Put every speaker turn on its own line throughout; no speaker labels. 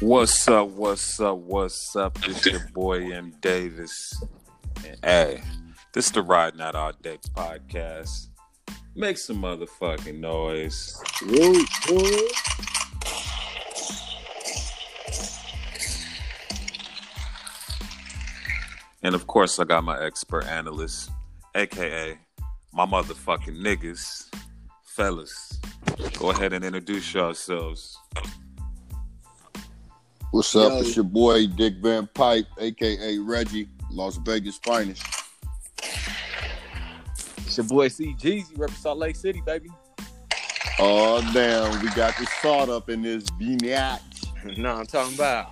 What's up? What's up? What's up? It's your boy M Davis. And hey, this is the Riding Out Our Decks podcast. Make some motherfucking noise.
Woo, woo.
And of course, I got my expert analyst, aka my motherfucking niggas. Fellas, go ahead and introduce yourselves.
What's up? It's your boy Dick Van Pipe, aka Reggie, Las Vegas finest.
It's your boy C Jeezy, represent Salt Lake City, baby.
Oh damn, we got the sawed up in this vignette.
no, I'm talking about.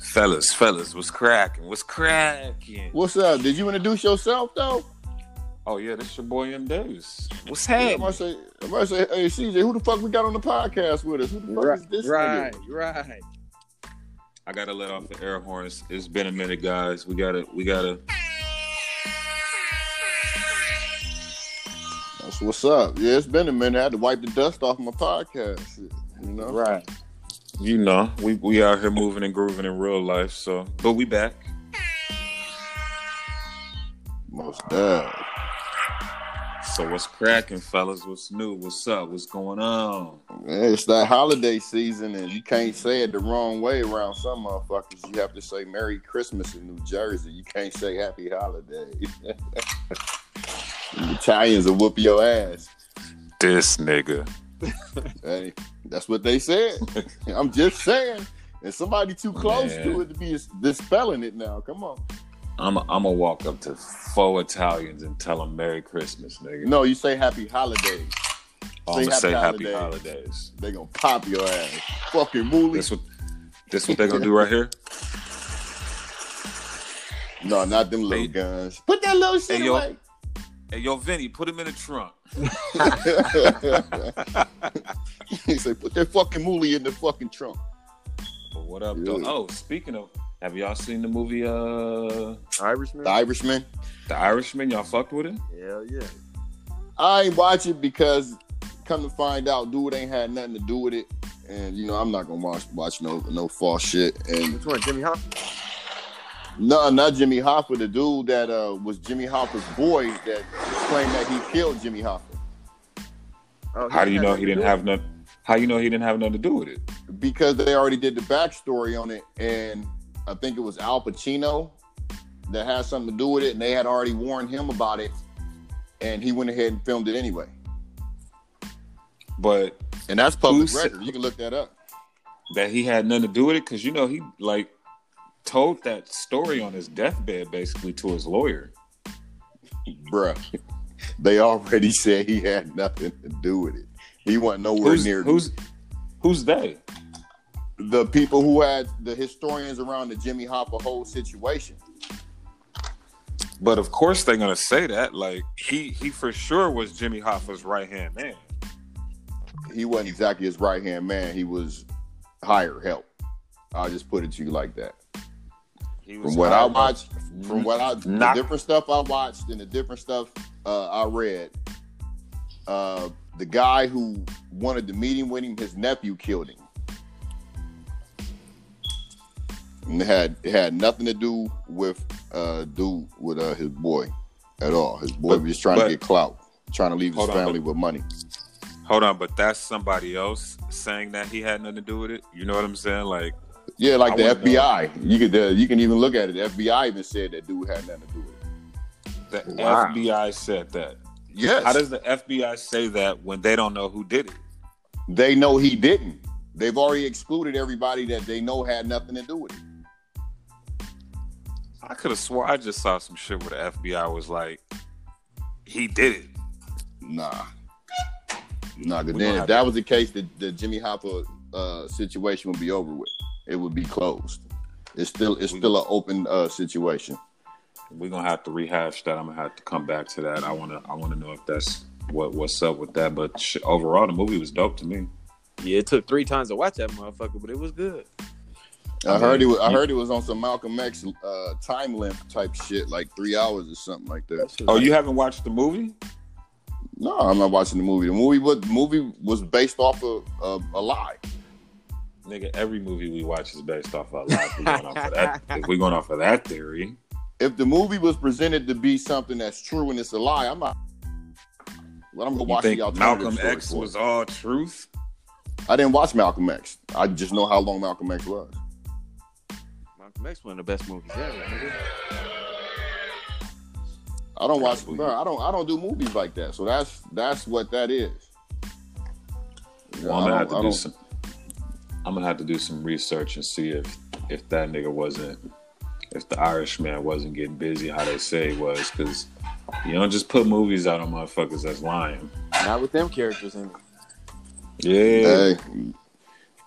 Fellas, fellas, what's cracking? What's cracking?
What's up? Did you introduce yourself though?
Oh yeah, this your boy M Davis. What's
Hey, I
happening?
might say, I might say, hey CJ, who the fuck we got on the podcast with us? Who the fuck
Right,
is this?
right,
nigga?
right.
I gotta let off the air horns. It's been a minute, guys. We gotta, we gotta.
That's what's up. Yeah, it's been a minute. I had to wipe the dust off my podcast. Shit, you know,
Right.
You know, we we out here moving and grooving in real life. So, but we back.
most dead.
So what's cracking, fellas? What's new? What's up? What's going on?
Man, it's that holiday season, and you can't say it the wrong way around some motherfuckers. You have to say Merry Christmas in New Jersey. You can't say Happy Holiday. The Italians will whoop your ass.
This nigga.
Hey, that's what they said. I'm just saying. And somebody too close
Man.
to it to be dispelling it now. Come on.
I'm i I'm gonna walk up to four Italians and tell them Merry Christmas, nigga.
No, you say Happy Holiday.
I'm gonna
say
say
happy
Happy Holidays.
They gonna pop your ass. Fucking mooly.
This what this what they gonna do right here.
No, not them little
Hey.
guns. Put that little shit
Hey, yo.
away.
Hey, yo, Vinny, put him in the trunk.
he said, put that fucking moolie in the fucking trunk.
But what up, though?
Yeah.
Oh, speaking of, have y'all seen the movie uh
Irishman.
The Irishman.
The Irishman? Y'all fucked with it?
Hell yeah.
I ain't watch it because come to find out, dude ain't had nothing to do with it. And you know, I'm not gonna watch watch no no false shit. And
Which one, Jimmy Hoffa?
no, not Jimmy Hoffa, the dude that uh, was Jimmy Hoffa's boy that claimed that he killed Jimmy Hoffa
Oh,
How do you
had
know
nothing
he
to
didn't
do
have nothing? How you know he didn't have nothing to do with it?
because they already did the backstory on it, and I think it was Al Pacino that had something to do with it, and they had already warned him about it, and he went ahead and filmed it anyway.
But
And that's public
Who said-
record. You can look that up.
that he had nothing to do with it because you know he like told that story on his deathbed basically to his lawyer.
Bruh. They already said he had nothing to do with it. He wasn't nowhere
who's
near
who's who's they?
the people who had the historians around the Jimmy Hopper whole situation.
But of course they're gonna say that. Like he he for sure was Jimmy Hoffa's right hand man.
He wasn't exactly his right hand man. He was hired help. I'll just put it to you like that.
He was
From what I
hired by-
watched, from what I
Not-
the different stuff I watched and the different stuff uh, I read, uh, the guy who wanted to meet him with him, his nephew killed him. And it had it had nothing to do with uh dude with uh, his boy at all. His boy
But-
was just trying
but-
to get clout, trying to leave his
Hold on,
family with money.
Hold on, but that's somebody else saying that he had nothing to do with it. You know what I'm saying? Like
Yeah, like
I
the
wouldn't know.
FBI. You could uh, you can even look at it. The FBI even said that dude had nothing to do with it.
the
Wow.
FBI said that.
Yes.
How does the FBI say that when they don't know who did it?
they know he didn't. They've already excluded everybody that they know had nothing to do with it.
I could have swore I just saw some shit where the FBI was like, he did it.
Nah. Nah,
We
because
gonna
then
have
if that was the case, the, the Jimmy Hopper uh, situation would be over with. It would be closed. It's still it's still an open uh, situation.
We're gonna have to rehash that. I'm gonna have to come back to that. I wanna I wanna know if that's what what's up with that. But sh- overall, the movie was dope to me.
Yeah, it took three times to watch that motherfucker, but it was good.
I
mean,
heard it. Was, I
you-
heard it was on some Malcolm X uh, time limp type shit, like three hours or something like that.
Oh, you haven't watched the movie?
No, I'm not watching the movie. The movie was the movie was based off of uh, a lie.
Nigga, every movie we watch is based off our life. We're going off of that. If we're going off of that theory,
If the movie was presented to be something that's true and it's a lie, I'm not. Let them go
you
watch
think
the alternative
Malcolm
story
X
for it.
was all truth?
I didn't watch Malcolm X. I just know how long Malcolm X was.
Malcolm X one of the best movies ever. nigga.
I don't watch,
Probably.
bro. I don't. I don't do movies like that. So that's that's what that is. Yeah,
Well, I'm
I
gonna have
don't- I
to do
don't-
some. I'm gonna have to do some research and see if if that nigga wasn't, if the Irishman wasn't getting busy, how they say he was, because you don't just put movies out on motherfuckers that's lying.
Not with them characters in it.
Yeah,
Hey,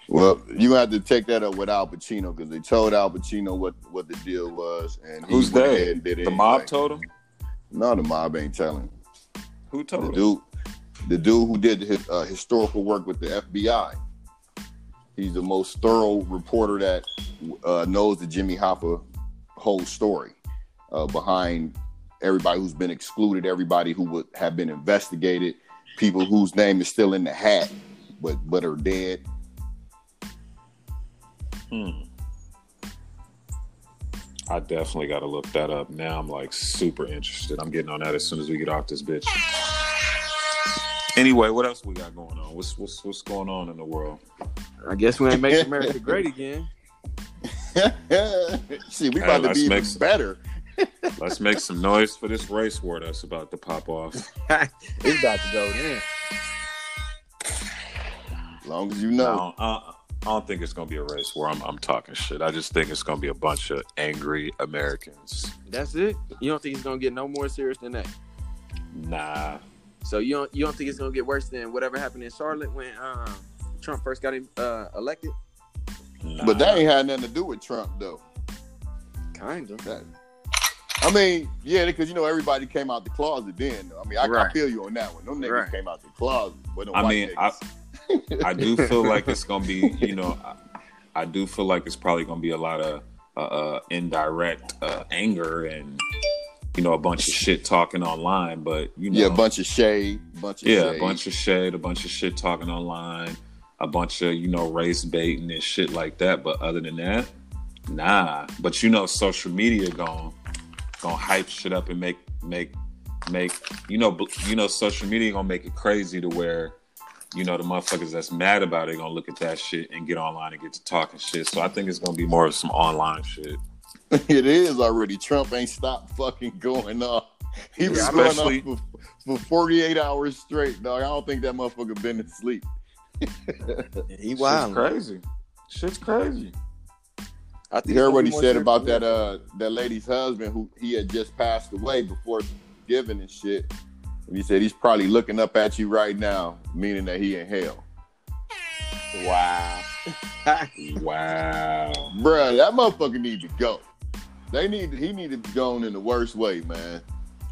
well, you gonna have to take that up with Al Pacino because they told Al Pacino what what the deal was, and he
Who's
went
they?
ahead and did it.
the mob
anyway.
told him.
No, the mob ain't telling.
Who
The
told him?
dude, the dude who did his uh, historical work with the FBI. He's the most thorough reporter that uh, knows the Jimmy Hoffa whole story uh, behind everybody who's been excluded, everybody who would have been investigated, people whose name is still in the hat, but but are dead.
Hmm. I definitely gotta look that up. Now I'm like super interested. I'm getting on that as soon as we get off this bitch. Anyway, what else we got going on? What's what's what's going on in the world?
I guess we ain't making America great again.
See, we
Hey,
about to
let's
be even
make some-
better.
Let's make some noise for this race war that's about to pop off.
it's about to go then.
As long as you
No,
know.
I, don't, I don't think it's gonna be a race war. I'm, I'm talking shit. I just think it's gonna be a bunch of angry Americans.
That's it. You don't think it's gonna get no more serious than that?
Nah,
So you don't you don't think it's gonna get worse than whatever happened in Charlotte when um, Trump first got uh, elected?
nah.
But that ain't had nothing to do with Trump, though.
Kind of.
That- I mean, yeah, because you know everybody came out the closet then. though. I mean, I, I
Right.
feel you on that one. Them niggas
Right.
came out the closet, but them
I
white
mean, I,
niggas.
I do feel like it's gonna be, you know, I, I do feel like it's probably gonna be a lot of uh, uh, indirect uh, anger and you know a bunch of shit talking online. But you know,
yeah, a bunch of shade, bunch of
yeah,
shade.
a bunch of shade, a bunch of shit talking online, a bunch of you know race baiting and shit like that. But other than that, nah. But you know, social media gon' gonna hype shit up and make make make you know bl- you know social media gonna make it crazy to where you know the motherfuckers that's mad about it gonna look at that shit and get online and get to talking shit. So I think it's gonna be more of some online shit,
it is already. Trump ain't stopped fucking going off. He was
Yeah,
going
especially-
off for, for 48 hours straight, dog. I don't think that motherfucker been asleep.
He
Shit's crazy. Shit's crazy.
I
You heard what he said about that uh that lady's husband who he had just passed away before giving and shit. And he said he's probably looking up at you right now, meaning that he in hell.
Wow.
Wow.
Bruh, that motherfucker need to go. They need he needed to be gone in the worst way, man.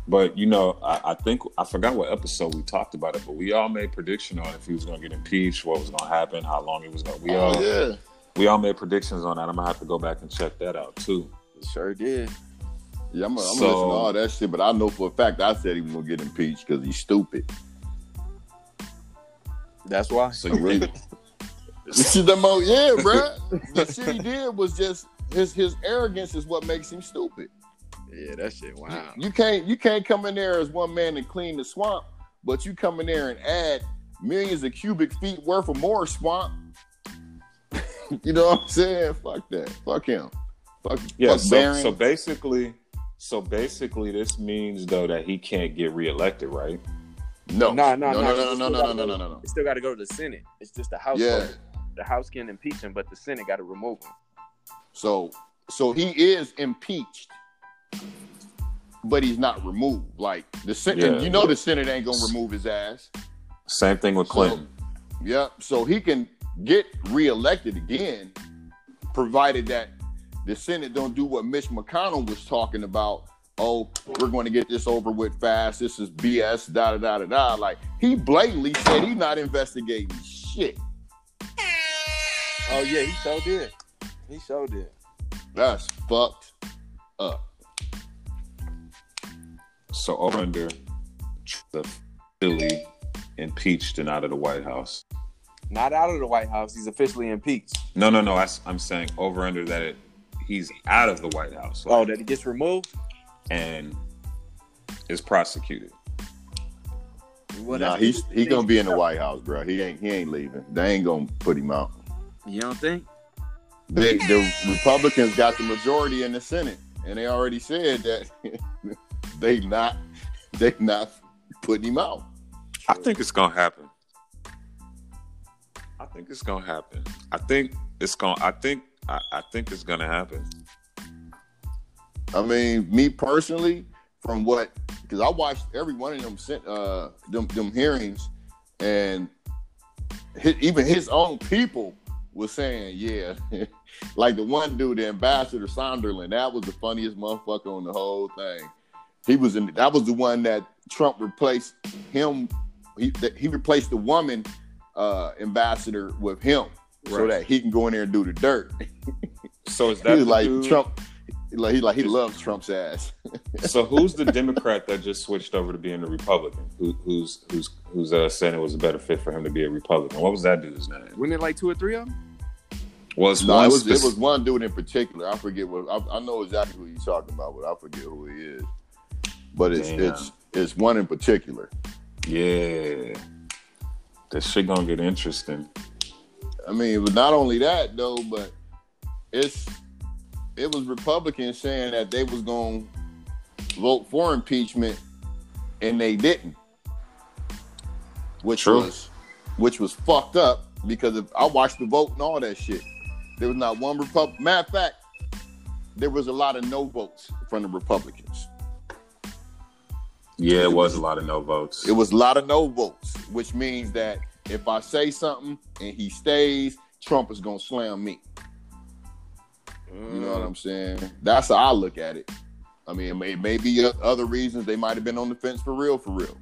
But you know, I, I think I forgot what episode we talked about it, but we all made prediction on if he was going to get impeached, what was going to happen, how long it was going. to We all
Oh, yeah.
we all made predictions on that. I'm gonna have to go back and check that out too.
uh,
Sure did.
Yeah, I'm gonna I'm
So-
gonna listen to all that shit, but I know for a fact I said he was gonna get impeached because he's stupid.
That's why.
So
I
you
really
think,
This is the most yeah, bruh. the shit he did was just his his arrogance is what makes him stupid.
Yeah, that shit. Wow.
You can't you can't come in there as one man and clean the swamp, but you come in there and add millions of cubic feet worth of more swamp. you know what I'm saying? Fuck that. Fuck him. Fuck,
yeah?
fuck
So,
Barron.
so basically, so basically, this means though that he can't get reelected, right?
no.
Nah, nah,
no, no,
nah.
no, no, no, no, no, no, no, no.
It still got to go to the Senate. It's just the House.
Yeah.
The House can impeach him, but the Senate got to remove him.
So so he is impeached, but he's not removed. Like the Senate,
Yeah.
you know, the Senate ain't gonna remove his ass.
Same thing with Clinton.
Yep. So he can get reelected again, provided that the Senate don't do what Mitch McConnell was talking about. Oh, we're going to get this over with fast. This is BS. Da da da da da. Like he blatantly said he's not investigating shit.
Oh yeah, he so did. He so did.
That's fucked up.
So over under the Philly impeached and out of the White House.
Not out of the White House. He's officially impeached.
No, no, no. I, am saying over under that it, he's out of the White House
Oh,
like,
that he gets removed.
and is prosecuted.
What
nah,
else?
he's he gonna be in the White House, bro. He ain't he ain't leaving. They ain't gonna put him out.
You don't think?
They, the Republicans got the majority in the Senate, and they already said that they not they not putting him out.
I think it's gonna happen. I think it's gonna happen. I think it's gonna. I think. I, I think it's gonna happen.
I mean, me personally, from what because I watched every one of them sen- uh them them hearings, and hi even his own people was saying, yeah, like the one dude, the ambassador Sonderland, that was the funniest motherfucker on the whole thing. He was in that was the one that Trump replaced him. He that he replaced the woman uh ambassador with him so
Right.
that he can go in there and do the dirt.
So is
He
that
was
the
like
dude-
Trump. Like he like he loves Trump's ass.
So who's the Democrat that just switched over to being a Republican? Who, who's who's who's uh, saying it was a better fit for him to be a Republican? What was that dude's name?
Wasn't it like two or three of them?
Was
No,
one
it was,
spec-
it was one dude in particular. I forget what I, I know exactly who you're talking about, but I forget who he is. But it's
Damn.
it's it's one in particular.
yeah. That shit gonna get interesting.
I mean, but not only that though, but it's it was Republicans saying that they was going to vote for impeachment, and they didn't, which
True.
was which was fucked up because if, I watched the vote and all that shit. There was not one Republic. Matter of fact, there was a lot of no votes from the Republicans.
Yeah, it was a lot of no votes.
It was a lot of no votes, which means that if I say something and he stays, Trump is gonna slam me.
Uh,
You know what I'm saying? That's how I look at it. I mean, it may, it may be o- other reasons they might have been on the fence for real, for real.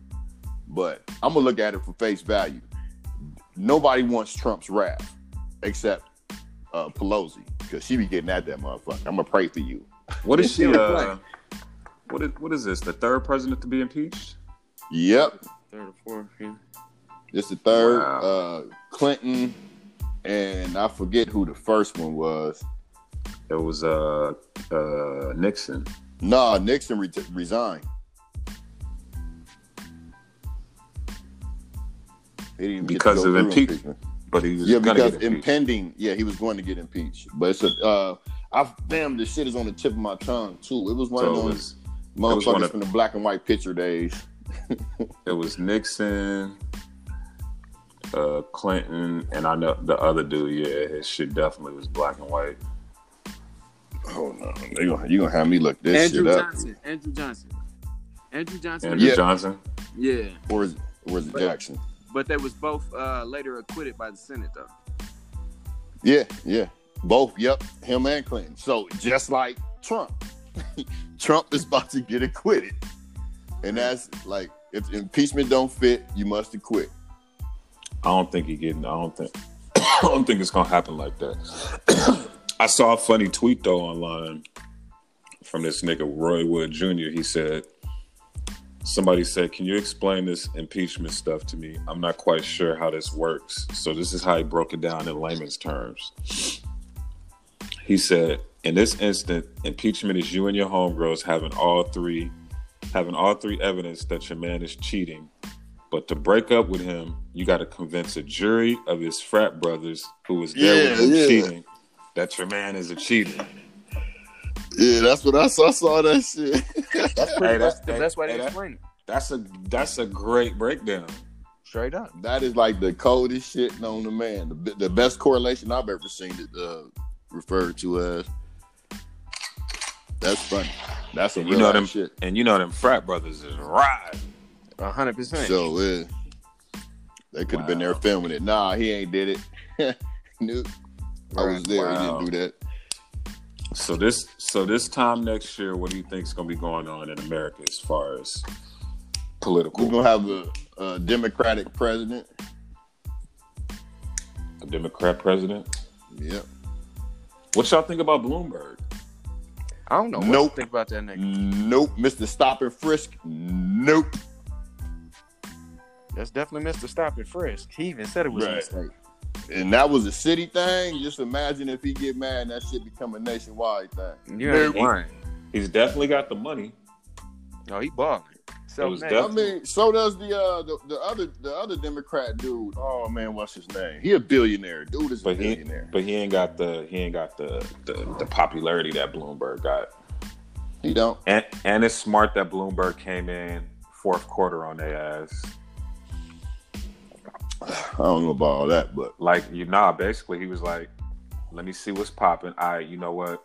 But I'm gonna look at it for face value. Nobody wants Trump's wrath except uh, Pelosi because she be getting at that motherfucker. I'm gonna pray for you.
what is she?
Yeah,
Uh, what is what is this? The third president to be impeached?
Yep,
Third or fourth. Yeah.
it's the third
Wow.
uh, Clinton, and I forget who the first one was.
It was uh uh Nixon.
Nah, Nixon re- resigned. He didn't get to
Because
go
of
through
impeachment. But he was
Yeah,
gonna
because
get impeached.
impending. Yeah, he was going to get impeached. But it's a, uh, I damn, this shit is on the tip of my tongue too. It was one
So
of
it
those
was was one
motherfuckers
of-
from the black and white picture days.
It was Nixon, uh, Clinton, and I know the other dude. Yeah, his shit definitely was black and white.
Oh no, they gonna, you gonna have me look this
Andrew
shit up,
Johnson. Andrew Johnson. Andrew Johnson.
Andrew
Yeah.
Johnson.
Yeah.
or is, or is it Jackson?
But they was both uh, later acquitted by the Senate though.
Yeah, yeah. Both, yep, him and Clinton. So just like Trump, Trump is about to get acquitted. And that's like if impeachment don't fit, you must acquit.
I don't think he getting. I don't think. I don't think it's gonna happen like that. I saw a funny tweet though online from this nigga Roy Wood Jr. He said, "Somebody said, can you explain this impeachment stuff to me? I'm not quite sure how this works." So this is how he broke it down in layman's terms. He said, "In this instant, impeachment is you and your homegirls having all three, having all three evidence that your man is cheating." But to break up with him, you got to convince a jury of his frat brothers who was there with
Yeah,
him
yeah.
cheating that your man is a cheater.
Yeah, that's what I saw. I saw that shit.
That's
Hey,
pretty much
that's-
the best way
hey,
to
that-
explain it.
That's a that's a great breakdown.
Straight up.
that is like the coldest shit known to man. The, be- the best correlation I've ever seen it uh, referred to as. That's funny. That's a
You
real
know
life
them-
shit.
And you know them frat brothers is right.
A hundred percent.
So uh, they could have been there
Wow.
filming it. Nah, he ain't did it. Nope. I was there.
Wow.
He didn't do that.
So this so this time next year, what do you think's gonna be going on in America as far as
We're
political
gonna have a, a Democratic president.
a Democrat president?
Yep.
What y'all think about Bloomberg?
I don't know what
Nope.
to think about that nigga.
Nope. Mr. Stop and Frisk. Nope.
That's definitely Mr. Stop and Frisk. He even said it was a
Right.
mistake.
and that was a city thing. Just imagine if he get mad, and that shit become a nationwide thing.
You ain't
He-
lying.
He's definitely got the money.
No, he balling.
It
So
was
man,
def-
I mean, so does the uh the, the other the other Democrat dude. Oh man, what's his name? He a billionaire. Dude is a
But he-
billionaire.
But he ain't got the he ain't got the the, the popularity that Bloomberg got.
He don't.
And and it's smart that Bloomberg came in fourth quarter on their ass.
I don't know about all that, but
Like you nah, basically he was like, Let me see what's popping. All right, you know what?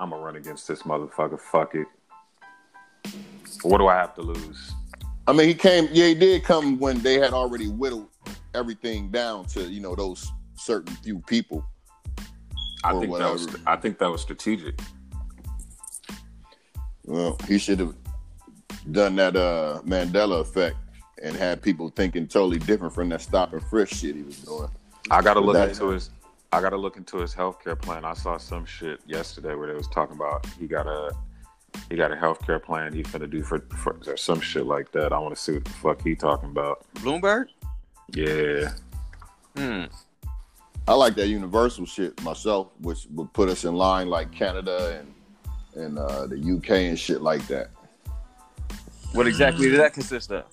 I'm gonna run against this motherfucker. Fuck it. What do I have to lose?
I mean, he came. Yeah, he did come when they had already whittled everything down to you know those certain few people.
I
Or
think that was
whatever.
I think that was strategic.
Well, he should have done that uh Mandela effect and had people thinking totally different from that stop and frisk shit he was doing.
I gotta look
That-
into his. I gotta look into his healthcare plan. I saw some shit yesterday where they was talking about he got a he got a healthcare plan he finna do for, for or some shit like that. I want to see what the fuck he talking about.
Bloomberg.
Yeah,
Hmm.
I like that universal shit myself, which would put us in line like Canada and and uh, the UK and shit like that.
What exactly does that consist of?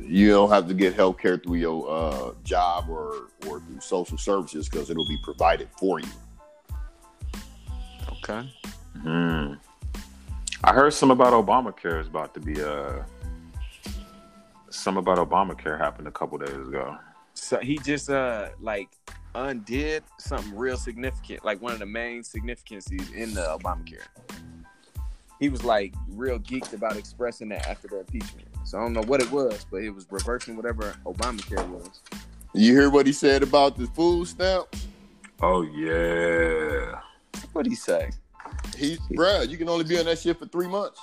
You don't have to get health care through your uh, job or or through social services because it'll be provided for you.
Okay.
Hmm. I heard some about Obamacare is about to be uh some about Obamacare happened a couple days ago.
So he just uh like undid something real significant, like one of the main significances in the Obamacare. He was like real geeked about expressing that after the impeachment. So I don't know what it was, but it was reversing whatever Obamacare was.
You hear what he said about the food stamp?
Oh yeah,
What'd he say?
He, bruh, you can only be on that shit for three months.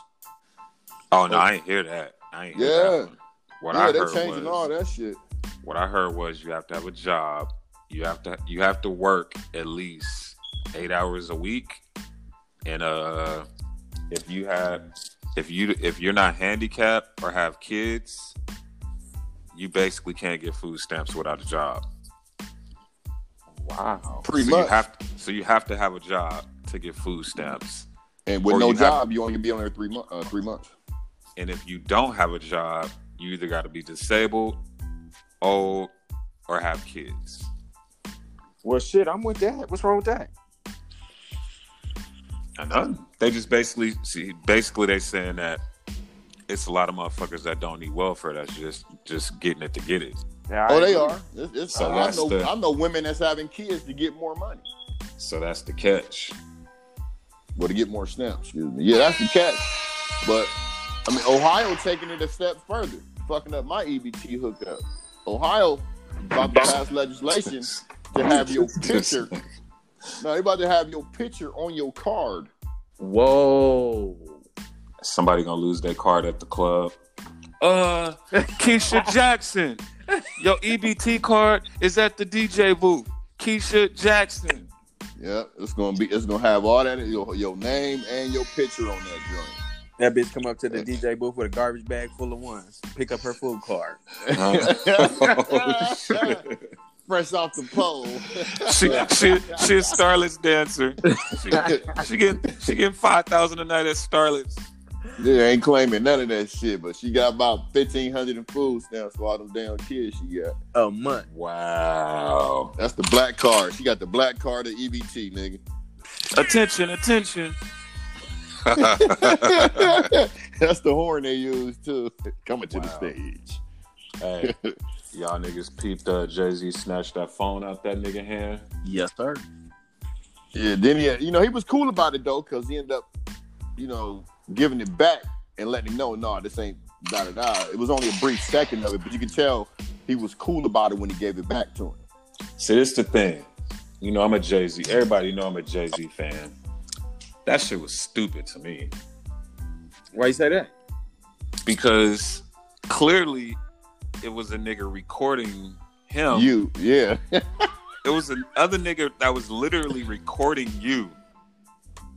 oh no, I ain't hear that. I ain't hear
Yeah.
that one. What
yeah,
I
they're
heard
changing
was,
all that shit.
what I heard was you have to have a job. You have to you have to work at least eight hours a week, and uh, if you have if you if you're not handicapped or have kids, you basically can't get food stamps without a job.
Wow.
Pretty
so
much.
You have so you have to have a job to get food stamps,
and with
or
no
you have-
job, you only be on there three months. Uh, three months.
and if you don't have a job, you either got to be disabled, old, or have kids.
Well, shit, I'm with that. What's wrong with that?
I know. They just basically see basically they saying that it's a lot of motherfuckers that don't need welfare that's just just getting it to get it.
Yeah, I
Oh, they
agree.
are. It's, it's,
So
I,
that's
know,
the-
I know women that's having kids to get more money.
So that's the catch.
Well, to get more stamps, excuse me. Yeah, that's the catch. But, I mean, Ohio taking it a step further, fucking up my E EBT hookup. Ohio about to pass legislation to have your picture. No, they about to have your picture on your card.
Whoa.
Somebody gonna lose their card at the club. Uh Keisha Jackson. Your EBT card is at the DJ booth. Keisha Jackson.
Yeah, it's gonna be. It's gonna have all that your your name and your picture on that joint.
That bitch come up to the DJ booth with a garbage bag full of ones. Pick up her food card.
Oh, shit.
Fresh off the pole.
she, she, she a Starlet's dancer. She, she getting she getting five thousand a night at Starlet's.
yeah, ain't claiming none of that shit, but she got about fifteen hundred in food stamps for all them damn kids she got.
A month.
Wow.
That's the black card. She got the black card of EBT, nigga.
Attention, attention.
That's the horn they use too. Coming to
Wow.
the stage.
hey, y'all niggas peeped uh, Jay Z snatched that phone out that nigga hand.
Yes, sir.
Yeah, then he, you know, he was cool about it though, because he ended up, you know, giving it back and letting him know, no, this ain't da da da. It was only a brief second of it, but you could tell he was cool about it when he gave it back to him.
See, this the thing. You know, I'm a Jay Z. Everybody know I'm a Jay Z fan. That shit was stupid to me
Why you say that?
because clearly it was a nigga recording him.
You, yeah,
It was another nigga that was literally recording you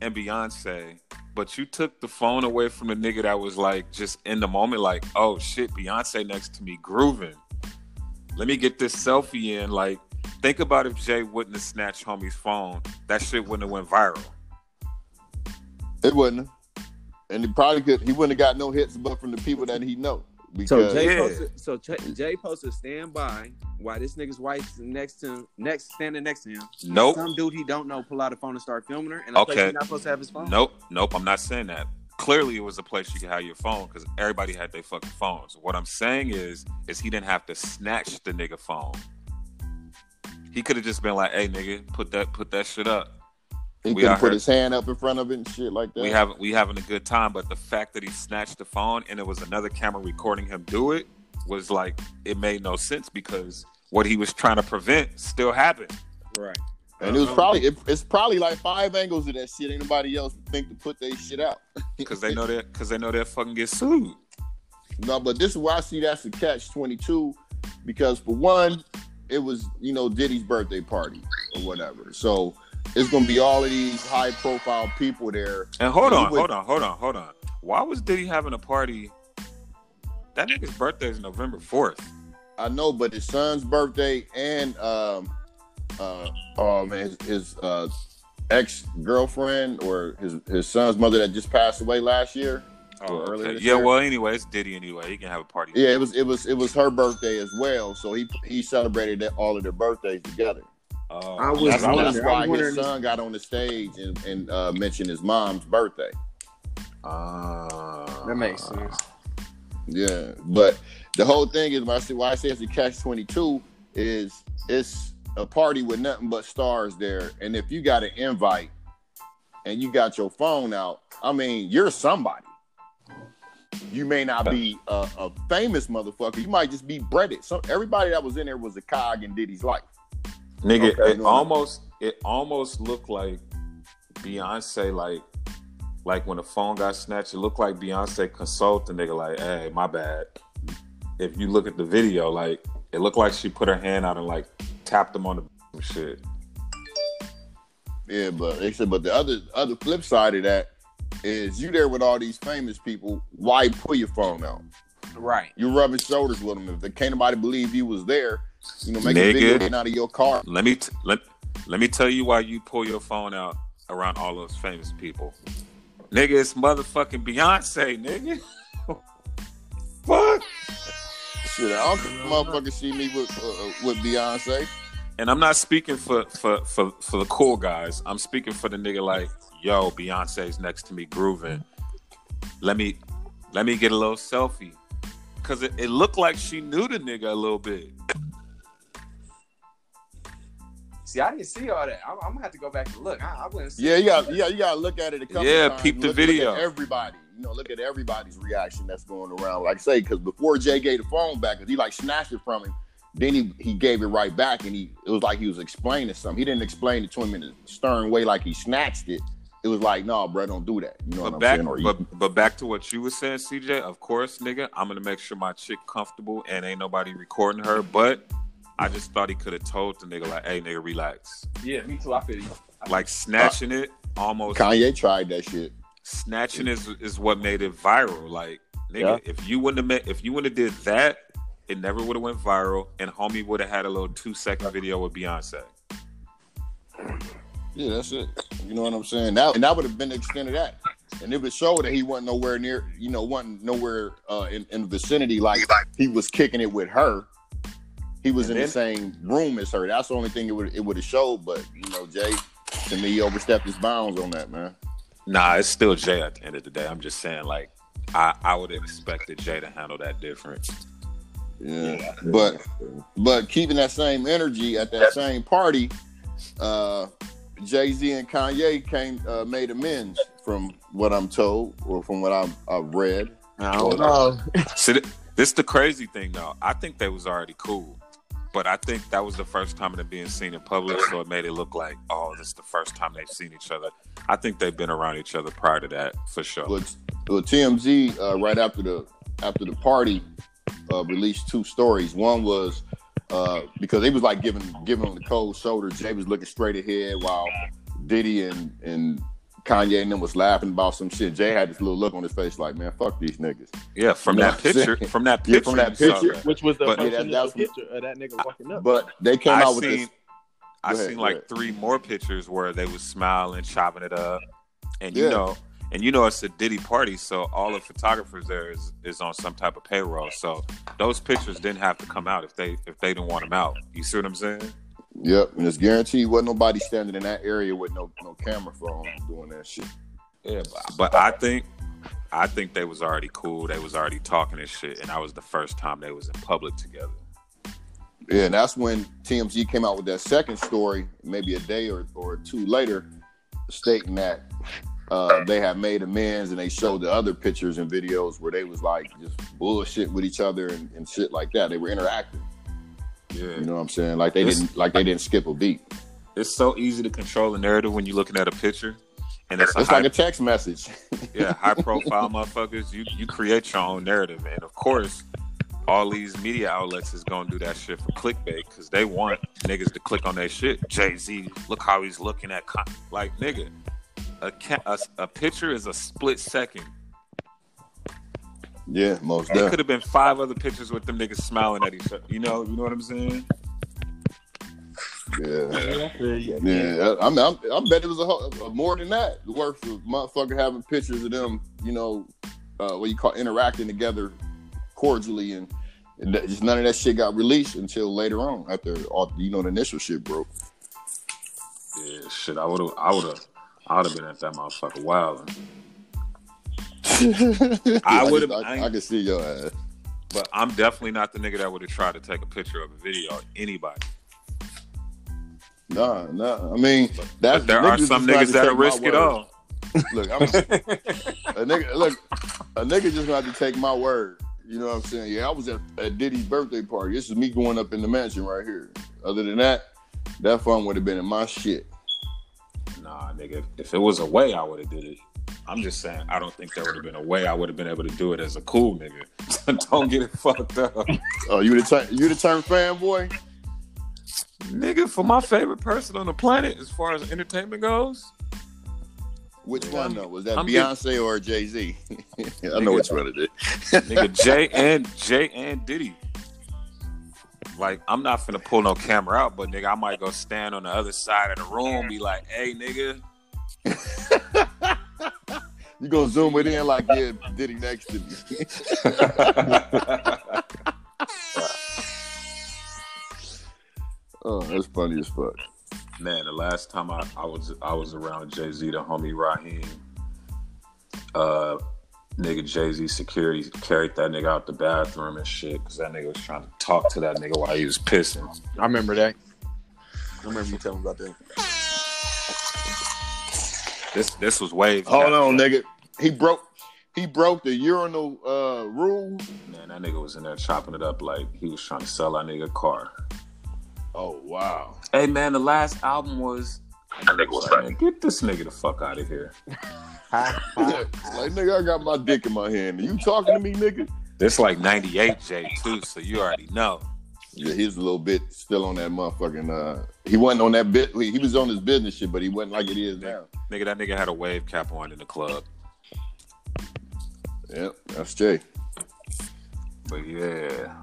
and Beyonce, but you took the phone away from the nigga that was like just in the moment, like, oh shit, Beyonce next to me grooving. Let me get this selfie in. Like, Think about if Jay wouldn't have snatched homie's phone. That shit wouldn't have went viral.
It wouldn't. And he probably could. He wouldn't have got no hits, but from the people that he know. Because
So Jay
Yeah.
posted. So Jay, Jay posted standby while this nigga's wife's next to him, next standing next to him.
Nope.
Some dude he don't know pull out a phone and start filming her, and I think
Okay.
he's not supposed to have his phone.
Nope. Nope. I'm not saying that. Clearly, it was a place you could have your phone because everybody had their fucking phones. What I'm saying is, is he didn't have to snatch the nigga phone. He could have just been like, "Hey, nigga, put that put that shit up."
he
We
could
out
put
here.
his hand up in front of it and shit like that.
We have we having a good time, but the fact that he snatched the phone and it was another camera recording him do it was like it made no sense because what he was trying to prevent still happened.
Right.
and it was probably it, it's probably like five angles of that shit. Ain't nobody else think to put their shit out.
because they know that because they know they'll fucking get sued.
No, but this is why I see that's a catch twenty two, because for one, it was you know Diddy's birthday party or whatever. So it's gonna be all of these high profile people there.
And hold
He
on,
would-
hold on, hold on, hold on. Why was Diddy having a party? That nigga's birthday is November fourth.
I know, but his son's birthday and um, uh, oh man, his, his uh, ex girlfriend or his his son's mother that just passed away last year. Or earlier this
Oh, Yeah.
year.
Well, anyway, it's Diddy anyway. He can have a party.
Yeah, it was it was it was her birthday as well. So he he celebrated that, all of their birthdays together.
Oh,
I was
That's,
I
that's
wonder- I
why
wonder-
his son got on the stage and, and uh, mentioned his mom's birthday.
Ah.
That makes sense.
Yeah, but the whole thing is when I say why I say it's a catch twenty two is it's a party with nothing but stars there, and if you got an invite and you got your phone out, I mean you're somebody. You may not be a, a famous motherfucker. You might just be breaded. So everybody that was in there was a cog in Diddy's life.
Nigga,
Okay,
it
no, no.
almost it almost looked like Beyonce like like when the phone got snatched, it looked like Beyonce consulted the nigga like, hey, my bad. If you look at the video, like it looked like she put her hand out and like tapped him on the and shit.
Yeah, but they said, but the other other flip side of that is you there with all these famous people. Why pull your phone out?
Right.
You're rubbing shoulders with them. If they can't nobody believe you was there, you know, make a
Nigga.
video getting out of your car.
Let me t- let let me tell you why you pull your phone out around all those famous people. Nigga, it's motherfucking Beyonce, nigga. Fuck.
Shit, I don't think motherfucker see me with uh, with Beyonce.
and I'm not speaking for for for for the cool guys. I'm speaking for the nigga like, yo, Beyonce's next to me grooving. Let me let me get a little selfie. Cause it, it looked like she knew the nigga a little bit.
See, I didn't see all that. I'm, I'm gonna have to go back and look. I, I wouldn't. See
Yeah, you got yeah, you gotta look at it a couple
Yeah,
times.
peep the
Look-
video.
Look at everybody, you know, look at everybody's reaction that's going around. Like I say, because before Jay gave the phone back, 'cause he like snatched it from him. Then he, he gave it right back, and he it was like he was explaining something. He didn't explain it to him in a stern way, like he snatched it. It was like, no, bro, don't do that. You know
But
what
back
I'm saying? Or you-
but, but back to what you were saying, CJ, of course, nigga, I'm gonna make sure my chick comfortable and ain't nobody recording her, but I just thought he could have told the nigga like, hey nigga, relax.
Yeah, me too. I feel you.
Like snatching it almost
Kanye tried that shit.
snatching is is what made it viral. Like nigga,
Yeah.
if you wouldn't have met, if you wouldn't have did that, it never would have went viral, and homie would have had a little two second video with Beyonce.
Yeah, that's it. You know what I'm saying? That and that would have been the extent of that. And it would show that he wasn't nowhere near, you know, wasn't nowhere uh, in, in the vicinity. Like he was kicking it with her. He was
And
in the
then-
same room as her. That's the only thing it would it would have showed. But you know, Jay, to me, he overstepped his bounds on that, man.
Nah, it's still Jay at the end of the day. I'm just saying, like, I I would have expected Jay to handle that different.
Yeah. But but keeping that same energy at that same party, uh, Jay Z and Kanye came uh, made amends from what I'm told or from what I've, I've read.
I
don't
know.
See, th- this the crazy thing though. I think they was already cool, but I think that was the first time they're being seen in public, so it made it look like, oh, this is the first time they've seen each other. I think they've been around each other prior to that for sure.
Well, t- well TMZ uh, right after the after the party uh, released two stories. One was uh, because they was like giving giving him the cold shoulder. Jay was looking straight ahead while Diddy and and Kanye and them was laughing about some shit. Jay had this little look on his face like, man, fuck these niggas.
Yeah, from
No,
that picture,
I'm saying-
from that picture,
Yeah, from that
you saw
picture.
that.
Which was the
But-
first
Yeah, that- that was-
picture of that nigga walking up.
But they came
I
out with
seen-
this.
I
Go ahead,
seen
go
like
ahead.
three more pictures where they was smiling, chopping it up, and you
Yeah.
know, and you know, it's a Diddy party, so all the photographers there is, is on some type of payroll. So those pictures didn't have to come out if they if they didn't want them out. You see what I'm saying?
Yep, and it's guaranteed wasn't nobody standing in that area with no no camera phone doing that shit.
Yeah, but, but I think I think they was already cool. They was already talking and shit, and that was the first time they was in public together.
Yeah, and that's when TMZ came out with that second story, maybe a day or, or two later, stating that uh, they had made amends and they showed the other pictures and videos where they was like just bullshit with each other and, and shit like that. They were interactive.
Yeah,
You know what I'm saying? Like they
It's-
didn't like they didn't skip a beat.
it's so easy to control a narrative when you're looking at a picture, and it's a
It's
high
like a text message.
yeah, high profile motherfuckers, you you create your own narrative, and of course, all these media outlets is gonna do that shit for clickbait because they want niggas to click on their shit. Jay Z, look how he's looking at, con-. like nigga, a, ca- a a picture is a split second.
yeah, most
There
definitely.
could have been five other pictures with them niggas smiling at each other. You know, you know what I'm saying?
Yeah.
yeah.
Yeah, I, I mean, I'm, I bet it was a, whole- more than that worth of motherfucker having pictures of them, you know, uh, what you call interacting together cordially, and, and that- just none of that shit got released until later on after all, you know the initial shit broke.
Yeah, shit. I would have, I would have, I would have been at that motherfucker wild.
I
would've-
just- I,
I-
I can see your ass.
But I'm definitely not the nigga that would have tried to take a picture of a video of anybody.
Nah, nah. I mean, that's
But there are
just
some
gonna have
niggas
to
that'll
take my
risk it
word.
all.
Look, I'm a nigga. Look, a nigga just gonna have to take my word. You know what I'm saying? Yeah, I was at, at Diddy's birthday party. This is me going up in the mansion right here. Other than that, that fun would have been in my shit.
Nah, nigga. If it was a way, I would have did it. I'm just saying, I don't think there would have been a way I would have been able to do it as a cool nigga. don't get it fucked up,
Oh, you the turn, you the turn fanboy?
nigga. For my favorite person on the planet, as far as entertainment goes,
Which
Yeah,
one
I'm-
though? Was that
I'm
Beyonce or Jay Z? I know which one it is.
nigga, Jay and Jay and Diddy. Like, I'm not finna pull no camera out, but nigga, I might go stand on the other side of the room, be like, "Hey, nigga,
You gonna zoom it in like yeah, Diddy next to me? oh, that's funny as fuck.
Man, the last time I, I was I was around Jay Z, the homie Raheem, uh, nigga Jay Z security carried that nigga out the bathroom and shit because that nigga was trying to talk to that nigga while he was pissing.
I remember that. I remember you telling me about that.
This this was wave.
Hold
cap.
on, nigga. He broke. He broke the urinal uh, rule.
man, that nigga was in there chopping it up like he was trying to sell that nigga a car.
Oh wow.
Hey man, the last album was. That nigga was like, man, get this nigga the fuck out of here.
like nigga, I got my dick in my hand. You talking to me, nigga?
This like '98 Jay too, so you already know.
Yeah, he was a little bit still on that motherfucking. Uh, he wasn't on that bit. He was on his business shit, but he wasn't like it is now.
Nigga, that nigga had a wave cap on in the club.
Yep, that's Jay.
But yeah.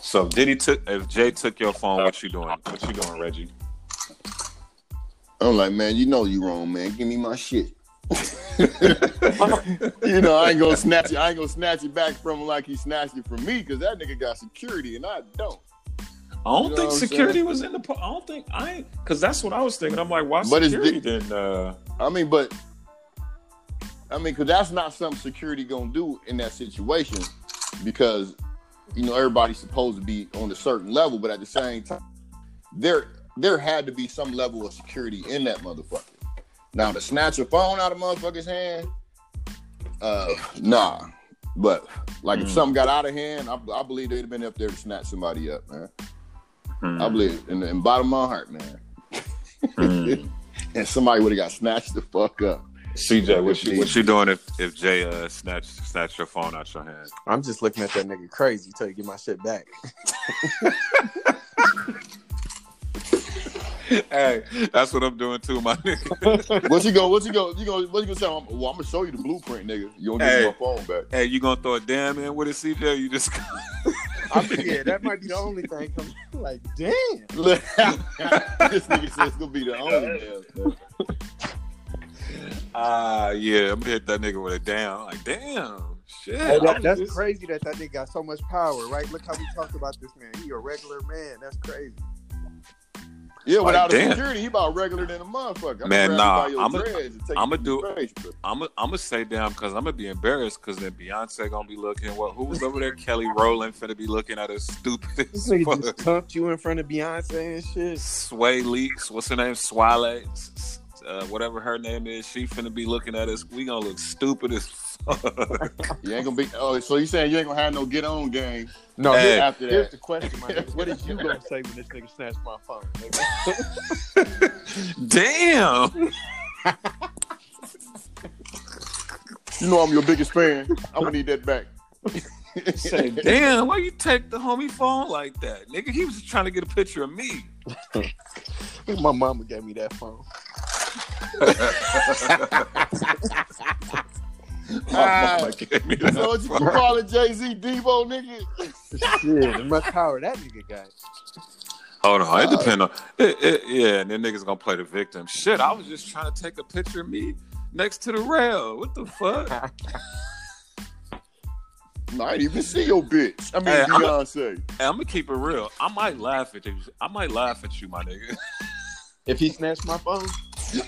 So Diddy took if Jay took your phone, what you doing? What you doing, Reggie?
I'm like, man, you know you wrong, man. Give me my shit. you know, I ain't gonna snatch it. I ain't gonna snatch it back from him like he snatched it from me, because that nigga got security and I don't.
I don't
You know
think
what I'm
security
saying?
was in the. po- I don't think I ain't because that's what I was thinking. I'm like, why
But it's
security didn't? Uh,
I mean, but I mean, because that's not something security gonna do in that situation, because you know everybody's supposed to be on a certain level, but at the same time, there there had to be some level of security in that motherfucker. Now to snatch a phone out of motherfucker's hand, uh, nah. But like if
Mm.
something got out of hand, I, I believe they'd have been up there to snatch somebody up, man.
hmm,
I believe in the in the bottom of my heart, man.
hmm.
And somebody would have got snatched the fuck up.
CJ, what you what you doing if if Jay uh, snatch snatch your phone out your hand?
I'm just looking at that nigga crazy till you get my shit back.
Hey, that's what I'm doing too, my nigga.
What you go? What you go? You go? What you gonna tell him? Well, I'm gonna show you the blueprint, nigga. You don't get
Hey.
my phone back.
Hey, you gonna throw a damn in with a CJ? You just
I mean, yeah, that might be the only thing. coming. like, damn.
Look, this nigga says it's gonna be the only damn thing.
Ah, yeah, I'm hit that nigga with a down. Like, damn, shit.
Hey, that-
I'm
that's
just-
crazy that that nigga got so much power, right? Look how we talked about this man. He a regular man. That's crazy.
Yeah, without
damn.
a security, he about regular than a motherfucker.
Man, nah, I'ma- I'ma
I'ma
do- I'm gonna I'm say down because I'm gonna be embarrassed because then Beyonce gonna be looking. What? Who was over there? Kelly Rowland finna be looking at her stupid
This
as
nigga
fuck.
just thumped you in front of Beyonce and shit.
Sway Leaks. What's her name? Swale. s- s- Uh, whatever her name is, she finna be looking at us. We gonna look stupid as fuck.
You ain't gonna be. Oh, so you saying you ain't gonna have no get on game
No,
Hey.
after
here's
that?
the question, my nigga. What is you gonna say when this nigga snatched my phone? Nigga?
Damn.
You know I'm your biggest fan. I'm gonna need that back.
Say,
Damn. Why you take the homie phone like that, nigga? He was just trying to get a picture of me.
My mama gave me that phone.
Ah,
Give me that
so what you
phone.
calling Jay Z Debo, nigga?
Shit, how much power that nigga got.
Hold on, it
Uh,
depend on it, it- yeah, and then niggas gonna play the victim. Shit, I was just trying to take a picture of me next to the rail. What the fuck?
No, I didn't even see your bitch. I mean
Hey, I'm-
Beyonce.
Hey, I'm gonna keep it real. I might laugh at you. I might laugh at you, my nigga.
If he snatched my phone,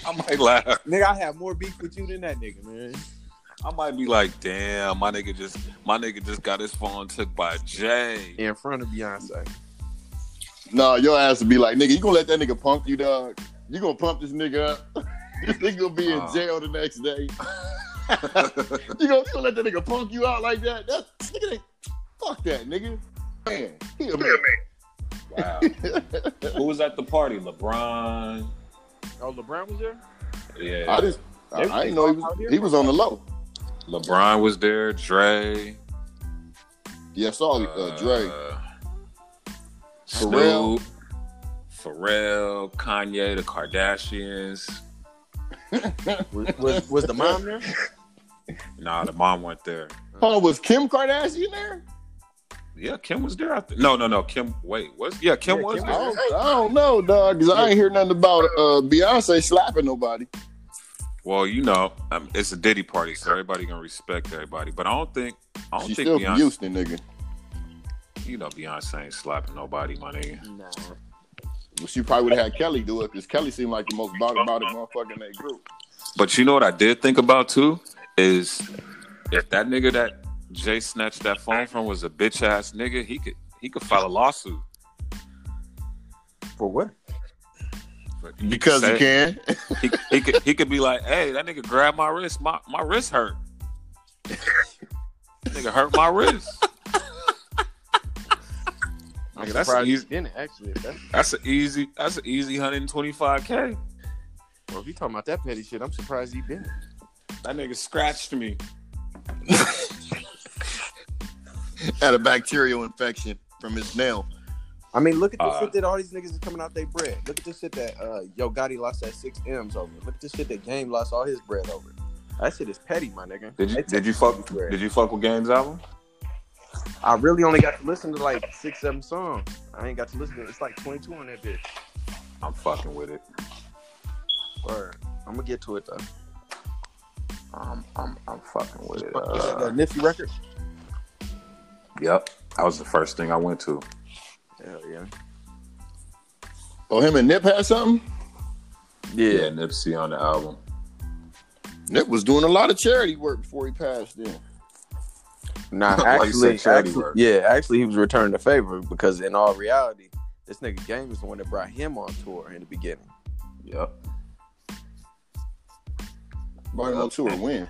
I might laugh.
nigga, I have more beef with you than that nigga, man.
I might be like, damn, my nigga just my nigga just got his phone took by Jay.
in front of Beyonce.
Nah, your ass would be like, nigga, you gonna let that nigga pump you, dog? You gonna pump this nigga up? this nigga gonna be in
Uh.
jail the next day. you, gonna, you gonna let that nigga punk you out like that? That's nigga, that- fuck that nigga. Man, he a man.
Wow. Who was at the party? LeBron.
Oh, LeBron was there?
Yeah.
I just, I, I didn't know he was, he was on the low.
LeBron was there, Dre.
Yeah, I saw uh, Dre.
Uh,
Pharrell.
Snoop, Pharrell, Kanye, the Kardashians.
Was, was, was the mom there?
Nah, the mom went there.
Oh, was Kim Kardashian there?
Yeah, Kim was there. I think. No, no, no. Kim. Wait, was yeah, Kim
Yeah,
was
Kim
I
there.
don't, I don't know, dog, because I ain't hear nothing about uh, Beyonce slapping nobody.
Well, you know, um, it's a Diddy party, so everybody gonna respect everybody. But I don't think I don't
She's
think
still
Beyonce.
from Houston, nigga.
You know, Beyonce ain't slapping nobody, my nigga.
No.
Well, she probably would have had Kelly do it because Kelly seemed like the most about about it motherfucker in that group.
But you know what I did think about too is if that nigga that Jay snatched that phone from was a bitch ass nigga, he could he could file a lawsuit.
For what?
But
Because
say-
he can.
he, he could he could be like, hey, that nigga grabbed my wrist. My my wrist hurt. nigga hurt my wrist.
I'm
Nigga, that's
surprised
easy.
he didn't actually. If, that's,
That's an easy. That's an easy 125k.
well, if you talking about that petty shit, I'm surprised he didn't.
That nigga scratched me.
Had a bacterial infection from his nail.
I mean, look at the
Uh,
shit that all these niggas is coming out their bread. Look at the shit that uh, Yo Gotti lost that six M's over. Look at the shit that Game lost all his bread over. That shit is petty, my nigga.
Did you
They take
did you fuck
his bread.
did you fuck with Game's album?
I really only got to listen to like six, seven songs. I ain't got to listen to It's like 22 on that bitch.
I'm fucking with it.
Word. I'm gonna get to it though.
I'm Um, I'm, I'm fucking with it.
Is that
Uh,
that Nifty record?
yep, that was the first thing I went to.
Hell yeah.
Oh, him and Nip had something?
Yeah, Nipsey on the album.
Nip was doing a lot of charity work before he passed in.
Nah,
Like you
actually,
said, charity
actually-
work.
yeah, actually, he was returning the favor because in all reality, this nigga Game is the one that brought him on tour in the beginning.
Yep.
Brought him on tour win.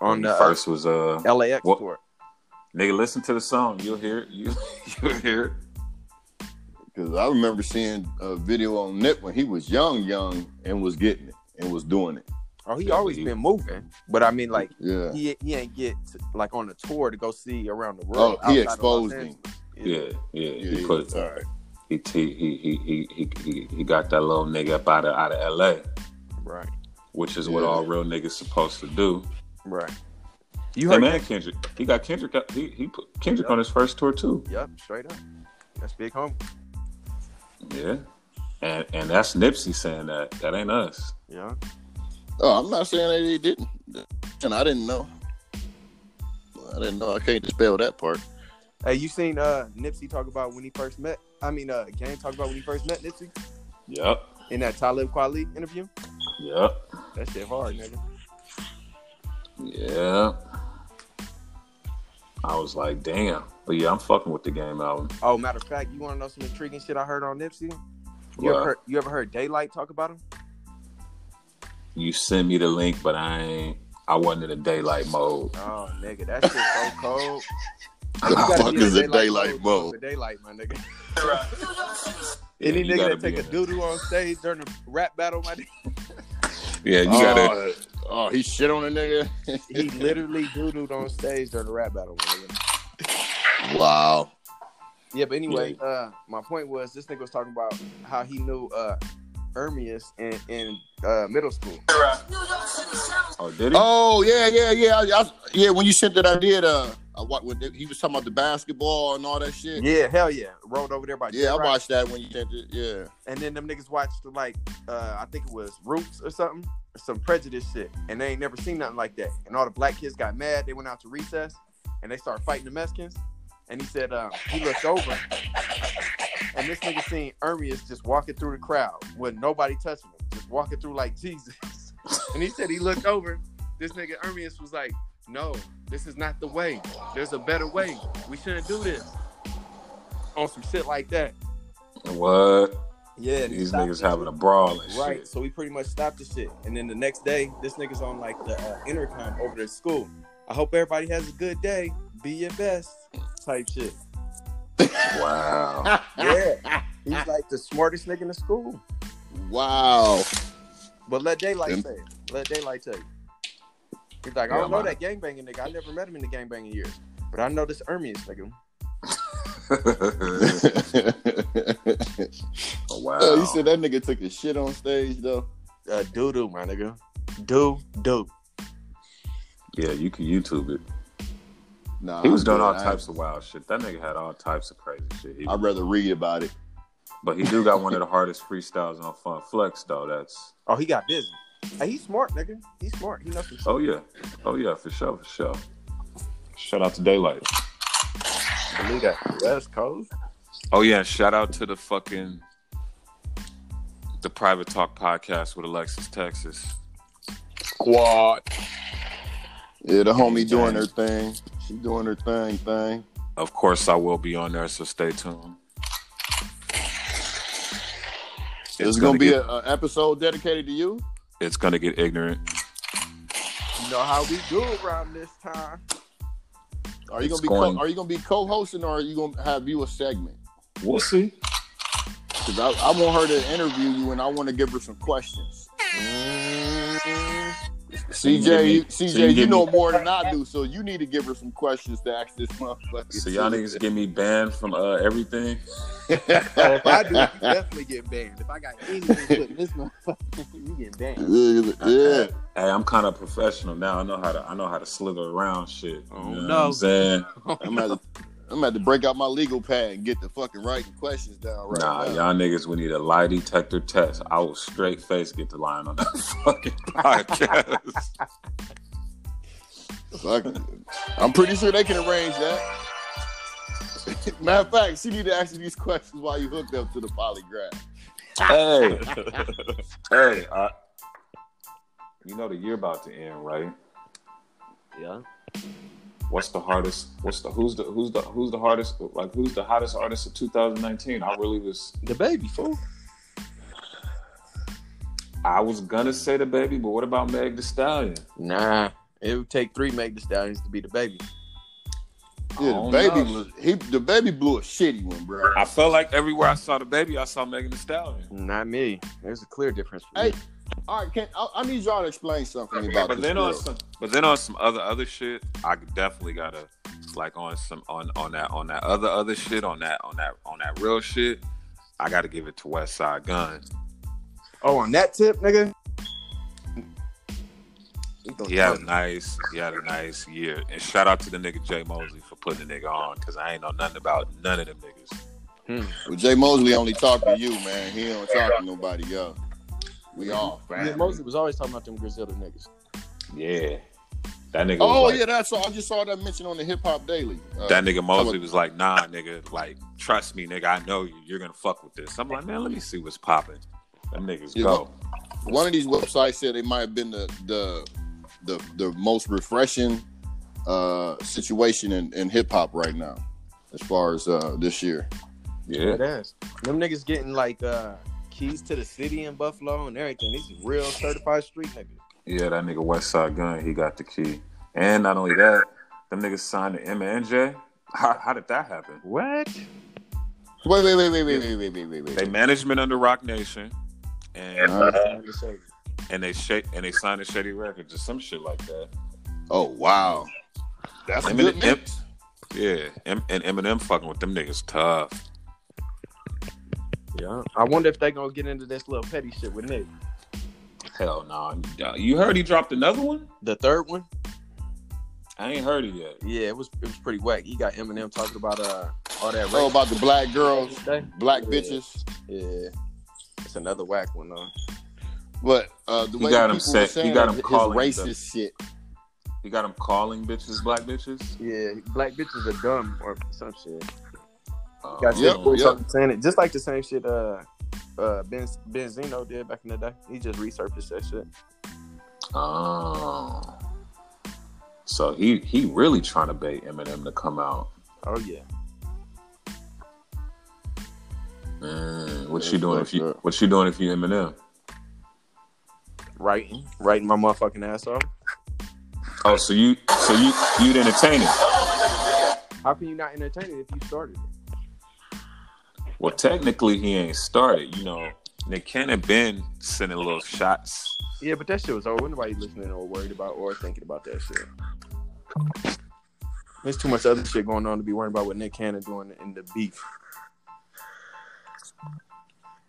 On the
first was uh
uh, LAX
What-
tour.
nigga. Listen to the song. You'll hear it. You you'll hear it.
Because I remember seeing a video on Nip when he was young, young, and was getting it and was doing it.
Oh, he
Yeah,
always
he-
been moving, but I mean, like
Yeah.
he he ain't get to, like on a tour to go see around the
Oh,
world.
he
outside of
exposed
Los
him.
Angeles.
Yeah, yeah.
Yeah,
He put
all right.
he he he he he he he got that little nigga up out of out of L.A.,
right,
which is what
Yeah.
all real niggas supposed to do.
right. You
Hey,
heard
man, Kendrick. He got Kendrick. He, he put Kendrick on his first tour too.
Yep, straight up. That's big home.
Yeah, and and that's Nipsey saying that. That ain't us.
Yeah.
Oh, I'm not saying that they didn't, and I didn't know. I didn't know. I can't dispel that part.
Hey, you seen uh Nipsey talk about when he first met? I mean, uh, Gang talk about when he first met Nipsey
Yep.
in that Talib Kweli interview.
Yep.
That shit hard, nigga.
Yeah. I was like, damn. But yeah, I'm fucking with the game album.
Oh, matter of fact, you want to know some intriguing shit I heard on Nipsey? You ever
Wow.
heard, you ever heard Daylight talk about him?
You sent me the link, but I ain't. I wasn't in a daylight mode.
Oh, nigga, that shit so cold.
The
You gotta
fuck
be in
is a daylight
mode.
mode?
The daylight, my nigga.
Yeah,
Any
you
nigga
gotta be
that take a
in it.
doo doo on stage during a rap battle, my nigga,
Yeah, you gotta.
Oh, oh, he shit on a nigga.
he literally doo dooed on stage during a rap battle, my nigga.
wow.
Yeah, but anyway, uh, my point was this nigga was talking about how he knew uh Ermius in, in uh, middle school.
Oh, did he?
Oh yeah, yeah, yeah, I, I- yeah. When you sent that, I did. Uh, I wa- when he was talking about the basketball and all that shit. Yeah,
Yeah, hell yeah. Rolled over there by Jay
I
Rock.
watched that when you sent it. Yeah.
And then them niggas watched like uh, I think it was Roots or something, some prejudice shit, and they ain't never seen nothing like that. And all the black kids got mad. They went out to recess and they started fighting the Mexicans. And he said um, he looked over, and this nigga seen Ermius just walking through the crowd with nobody touching him, just walking through like Jesus. and he said he looked over. This nigga Ermius was like, "No, this is not the way. There's a better way. We shouldn't do this." On some shit like that.
What?
Yeah, and he
These
stopped
niggas
the
having a brawl and
Right.
shit.
So we pretty much stopped the shit. And then the next day, this nigga's on like the uh, intercom over to school. I hope everybody has a good day. Be your best type shit.
Wow.
Yeah. He's like the smartest nigga in the school.
Wow.
But let Daylight
Him?
say it. Let Daylight tell you. He's like, I
Yeah,
don't know
man.
that gangbanging nigga. I never met him in the gangbanging years. But I know this Ermius nigga.
Oh, wow.
Oh, you said that nigga took his shit on stage though.
Uh, doo doo, my nigga. Doo doo.
yeah, you can YouTube it.
Nah,
He was
I'm
doing
good.
all
I-
types of wild shit. That nigga had all types of crazy shit. He-
I'd rather read about it.
but he do got one of the hardest freestyles on Fun Flex, though. That's
Oh, he got busy. Hey, he's smart, nigga. He's smart. He knows some shit.
oh yeah, oh yeah, for sure, for sure. Shout out to Daylight.
Believe that. That's cold.
Oh yeah, shout out to the fucking the Private Talk podcast with Alexis Texas.
Quad. Yeah, the homie
Yeah.
doing her thing. She doing her thing, thing.
Of course, I will be on there, so stay tuned.
It's gonna, be a an episode dedicated to you.
it's gonna get ignorant.
You know how we do around this time.
Are you
It's
gonna be
going-
co- are you gonna be co-hosting or are you gonna have you a segment?
We'll see.
Because I, I want her to interview you and I want to give her some questions.
give
CJ,
me-
you,
Mm-hmm. so you
CJ, you,
give me-
know more than I do, so you need to give her some questions to ask this motherfucker.
So y'all niggas get me banned from uh, everything.
Oh, if I do, you definitely get banned. If I got anything put in this motherfucker, you get banned.
yeah,
Hey, I'm kind of professional now. I know how to. I know how to slither around shit.
Oh,
You know
no.
what I'm saying?
I'm at. I'm about to break out my legal pad and get the fucking writing questions down right
nah,
now.
y'all niggas, we need a lie detector test. I will straight face get the line on that fucking podcast.
Fuck it. I'm pretty sure they can arrange that. Matter of fact, she need to ask you these questions while you hooked up to the polygraph.
hey, hey, I, you know the year about to end, right?
Yeah.
What's the hardest? What's the who's the who's the who's the hardest? Like who's the hottest artist of 2019? I really was.
The baby fool.
I was gonna say the baby, but what about Meg The Stallion?
Nah. It would take three Meg the Stallions to be the baby.
I
Yeah, the
don't
baby,
know.
was, he, the baby blew a shitty one, bro.
I felt like everywhere I saw the baby, I saw Megan Thee Stallion.
Not me. There's a clear difference. for
Hey,
me.
all right, can I, I need y'all to explain something about
but
this
then on
girl.
some, but then on some other other shit, I definitely gotta like on some on on that on that other other shit on that on that on that real shit. I gotta give it to West Side Gun.
Oh, on that tip, nigga.
He had a nice, he had a nice year. And shout out to the nigga Jay Mosley for putting the nigga on, cause I ain't know nothing about none of them niggas.
Well, Jay Mosley only talk to you, man. He don't talk to nobody else. We all
Nick
family.
Mosley was always talking about them Griselda niggas.
Yeah, that nigga.
Oh
was like,
yeah, that's all. I just saw that mentioned on the Hip Hop Daily. Uh,
That nigga Mosley was like, nah, nigga, like, trust me, nigga, I know you. You're gonna fuck with this. I'm like, man, let me see what's popping. Them niggas
Yeah,
go.
one of these websites said it might have been the the the, the most refreshing uh, situation in, in hip hop right now, as far as uh, this year.
Yeah.
That's
Them niggas getting like uh, keys to the city in Buffalo and everything. These is real certified street niggas.
Yeah, that nigga West Side Gun, he got the key. And not only that, them niggas signed to Emma and J. How, how did that happen?
What?
Wait, wait, wait, wait, wait, wait, wait, wait, wait,
They
wait.
management under Rock Nation, and
Uh-huh.
and they shake and they signed a Shady Records or some shit like that.
Oh wow, that's a
Em-
good
Em-
mix.
Yeah, Em- and Eminem fucking with them niggas tough.
Yeah.
I wonder if they gonna get into this little petty shit with Nick.
Hell no. You heard he dropped another one?
The third one?
I ain't heard it yet.
Yeah, it was it was pretty whack. He got Eminem talking about uh all that
Oh,
rape
about the black girls,
today.
black
Yeah.
bitches.
Yeah, it's another whack one though.
But uh, the
He
way
got
the
him
people
set-
were
he
saying
got him
his
calling
racist
them.
shit.
You got him calling bitches black bitches.
Yeah, black bitches are dumb or some shit.
Um,
Yep,
Got your boys
yep.
up saying it just like the same shit uh uh Ben Benzino did back in the day. He just resurfaced that shit.
Oh. So he he really trying to bait Eminem to come out.
Oh yeah,
Mm, what
Yeah,
you doing
fuck
if you
that.
what you doing if you Eminem?
writing, writing my motherfucking ass off.
Oh, so you so you you'd entertain it.
How can you not entertain it if you started it?
Well, technically he ain't started. You know, Nick Cannon been sending little shots.
Yeah, but that shit was over. Nobody listening or worried about or thinking about that shit. There's too much other shit going on to be worried about what Nick Cannon doing in the beef.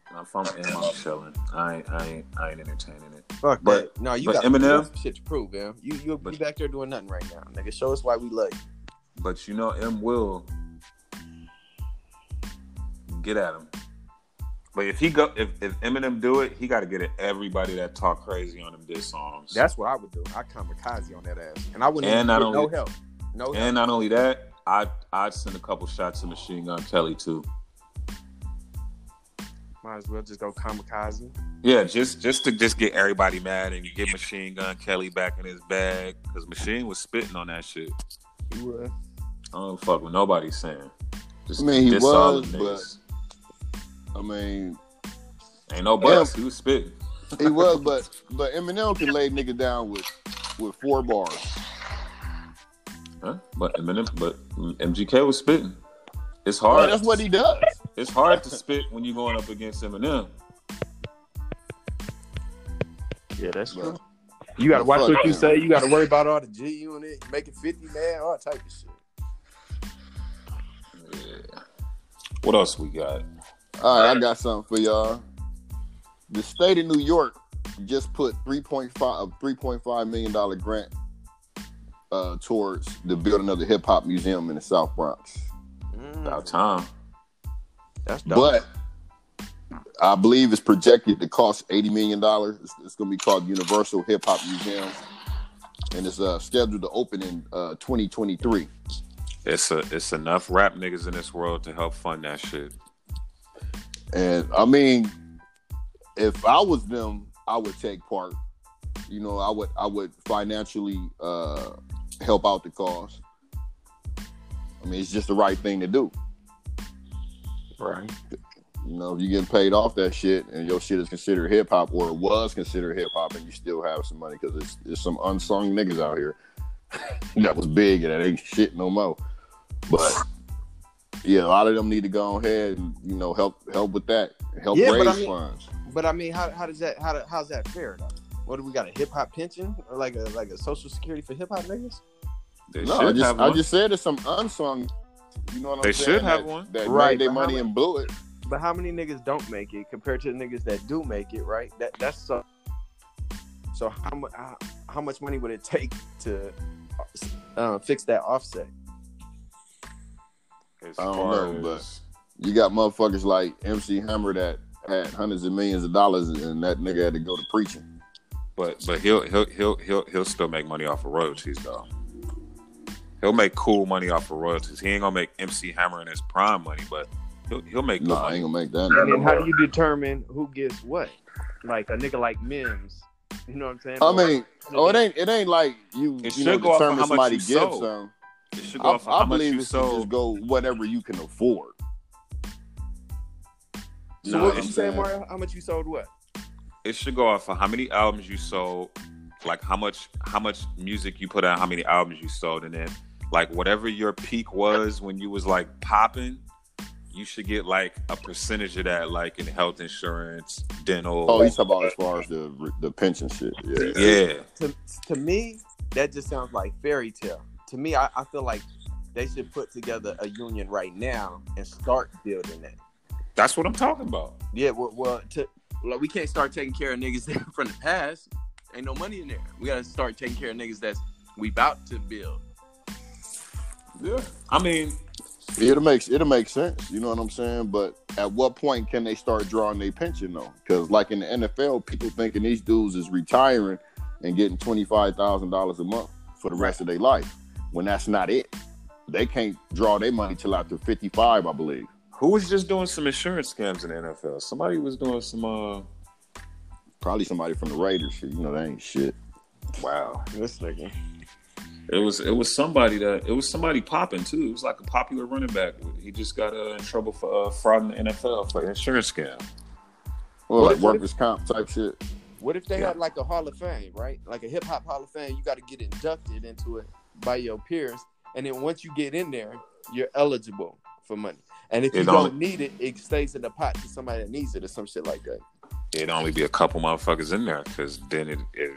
And if I'm Eminem, I'm chilling. I ain't I ain't I ain't entertaining it.
Fuck
But-
that. No, you
but
got
Eminem-
you got shit to prove, man. You you,
But-
you back there doing nothing right now, nigga. Show us why we love you.
But you know, M will get at him. But if he go, if, if Eminem do it, he got to get at everybody that talk crazy on him diss songs.
That's what I would do. I kamikaze on that ass, and I wouldn't
And
even
I
get
don't-
no help. No help.
and not only that, I I send a couple shots to Machine Gun Kelly too.
Might as well just go kamikaze.
Yeah, just just to just get everybody mad and get Machine Gun Kelly back in his bag because Machine was spitting on that shit.
You would.
I don't fuck with nobody saying. Just
I mean, he
diss all
was,
them niggas.
I mean,
ain't no buts. He was spitting.
he was, but but Eminem can lay nigga down with with four bars.
Huh? But Eminem, but MGK was spitting. It's
Yeah,
hard.
that's what he does.
It's hard to spit when you're going up against Eminem.
Yeah, that's
But,
You gotta watch
Fuck
what you
him.
say. You gotta worry about all the G unit, making fifty man, all type of shit.
What else we got?
all right, I got something for y'all. The state of New York just put three point five a three point five million dollar grant uh, towards the building of the hip hop museum in the South Bronx.
About time.
Mm, that's
But I believe it's projected to cost eighty million dollars. It's, it's going to be called Universal Hip Hop Museum, and it's uh, scheduled to open in uh, 2023.
It's a it's enough rap niggas in this world to help fund that shit.
And I mean, if I was them, I would take part. You know, I would I would financially uh, help out the cause. I mean, it's just the right thing to do.
right.
You know, if you get paid off that shit and your shit is considered hip hop or was considered hip hop and you still have some money because it's, it's some unsung niggas out here that was big and that ain't shit no more. But yeah, a lot of them need to go ahead and you know help help with that, help
Yeah,
raise
but I mean-
funds.
But I mean, how, how does that how do- how's that fair though? What do we got a hip hop pension or like a like a social security for hip hop niggas?
They
no, I
should
just
have
I
one.
just said it's some unsung. You know what I'm
They
saying?
should have
that,
one.
that
Right,
made their
but how
money
much-
and blew it.
But how many niggas don't make it compared to the niggas that do make it? Right. That that's so. So how much how, how much money would it take to uh, fix that offset?
As
I don't
far
know, but-
as-
You got motherfuckers like MC Hammer that had hundreds of millions of dollars, and that nigga had to go to preaching.
But but he'll he'll he'll he'll he'll still make money off of royalties though. He'll make cool money off of royalties. He ain't gonna make MC Hammer in his prime money, but he'll he'll make good
No, I
money.
ain't gonna make that.
And
no
then how
more.
do you determine who gets what? Like a nigga like Mims, you know what I'm saying?
I
Or-
mean, oh, it ain't it ain't like you
It
you know
should go off
determine
of how much
somebody
you
gives
sold.
some.
It should go
I,
off of
I
how much
believe
you
it should just
sold.
go whatever you can afford.
so
No,
what
I'm
did you say, Mario? How much you sold what?
It should go off of how many albums you sold, like how much how much music you put out, how many albums you sold, and then like whatever your peak was when you was like popping, you should get like a percentage of that, like in health insurance, dental.
Oh, he's talking about as far as the the pension shit. Yeah.
yeah.
To, to me, that just sounds like fairy tale. To me, I, I feel like they should put together a union right now and start building that.
That's what I'm talking about.
Yeah, well, well, to, like we can't start taking care of niggas from the past. Ain't no money in there. We gotta start taking care of niggas that's we about to build.
Yeah. I mean,
It'll make it'll make sense. You know what I'm saying? But at what point can they start drawing their pension though? Because like in the NFL, people thinking these dudes is retiring and getting twenty five thousand dollars a month for the rest of their life. When that's not it. They can't draw their money till after fifty five, I believe.
who was just doing some insurance scams in the NFL? Somebody was doing some. uh
Probably somebody from the Raiders. shit. You know, that ain't shit.
Wow.
This nigga.
It was it was somebody that it was somebody popping too. It was like a popular running back. He just got uh, in trouble for uh, fraud in the NFL for insurance scam.
Well,
What
like
if-
workers comp type shit.
What if they
Yeah.
had like a Hall of Fame, right? Like a hip hop Hall of Fame, you got to get inducted into it by your peers, and then once you get in there, you're eligible for money. And if
It
you don't
only-
need it, it stays in the pot to somebody that needs it or some shit like that.
It'd only be a couple motherfuckers in there because then it it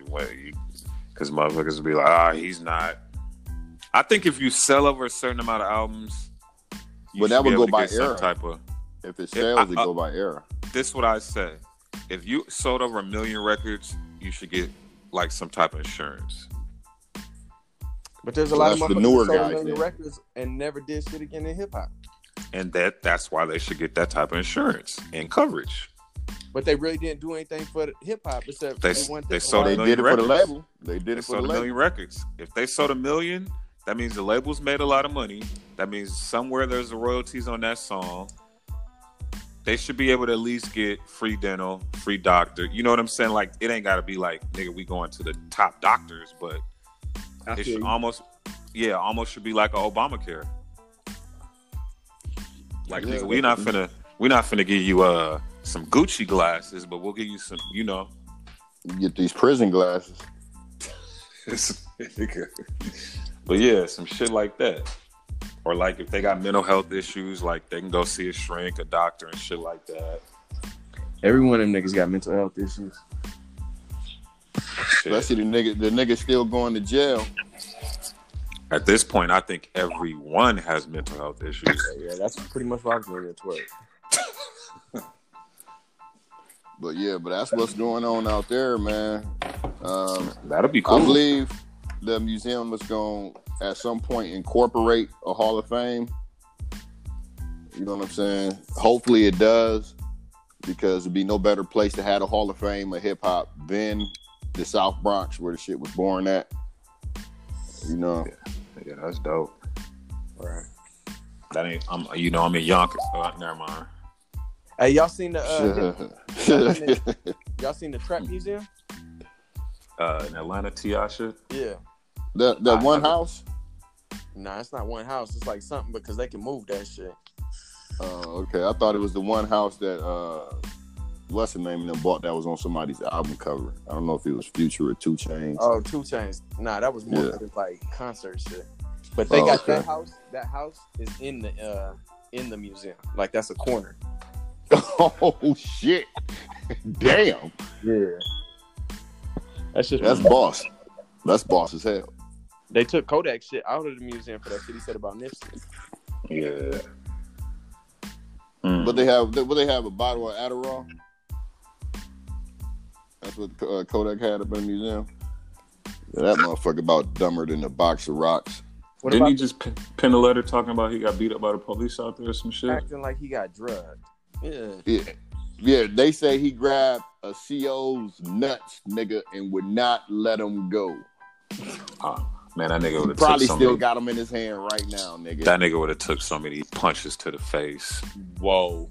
because motherfuckers would be like, ah, he's not. I think if you sell over a certain amount of albums, you
But that
should be
would
able
go
to
by
get some
era.
type of.
If it
Yeah,
sells,
I-
it
I-
go by era.
this what I say. If you sold over a million records, you should get like some type of insurance.
But there's a
So
lot of
that's the
motherfuckers
newer
that sold
guys
million
then.
records and never did shit again in hip hop.
And that that's why they should get that type of insurance and coverage.
But they really didn't do anything for hip hop except
They-
for one
they
thing.
sold
they
a
Why-
did it
million
for the
records.
label. They did
They
it for the
sold a
label.
million records. If they sold a million, that means the labels made a lot of money. That means somewhere there's royalties on that song. They should be able to at least get free dental, free doctor. You know what I'm saying? Like it ain't gotta be like, nigga, we going to the top doctors, but
I
it
feel
should
you.
almost yeah almost should be like an obamacare like
Yeah.
nigga, we not finna we not finna give you uh some gucci glasses but we'll give you some you know
You get these prison glasses.
but yeah some shit like that or like if they got mental health issues like they can go see a shrink a doctor and shit like that
Every one of them niggas got mental health issues.
Shit.
Especially the nigga, the nigga still going to jail.
at this point i think everyone has mental health issues
Yeah, that's pretty much what I was going to toward.
But yeah, but that's what's going on out there, man. Um,
that'll be
I
cool
believe the museum is going to at some point incorporate a Hall of Fame. You know what I'm saying? Hopefully it does, because it'd be no better place to have a Hall of Fame of hip hop than the South Bronx, where the shit was born at. You know,
yeah that's dope right that ain't i'm you know i'm in yonkers uh, never mind
Hey, y'all seen the uh, y'all seen the trap museum?
uh, in Atlanta, Tiasha.
Yeah.
that that
I-
one
I-
house.
Nah, it's not one house. It's like something because they can move that shit.
Oh, okay. I thought it was the one house that uh what's the name and them bought that was on somebody's album cover. I don't know if it was Future or Two Chains.
Oh, two chains. Nah, that was more
Yeah.
for the, like concert shit. But they
Oh,
got
okay.
that house. That house is in the uh in the museum. Like that's a corner.
Oh, shit. Damn.
Yeah. That's just
That's boss. That's boss as hell.
they took Kodak shit out of the museum for that shit he said about Nipsey.
Yeah. Hmm.
But they have will they have a bottle of Adderall? That's what uh, Kodak had up in the museum. Yeah, that motherfucker about dumber than a box of rocks.
What
Didn't
about
he just pen, pen a letter talking about he got beat up by the police out there or some shit?
acting like he got drugged?
Yeah.
Yeah, yeah. They say he grabbed a CO's nuts, nigga, and would not let him go.
Ah, man, that nigga
He
would have
probably
took so many,
still got him in his hand right now, nigga.
That nigga would have took so many punches to the face.
Whoa.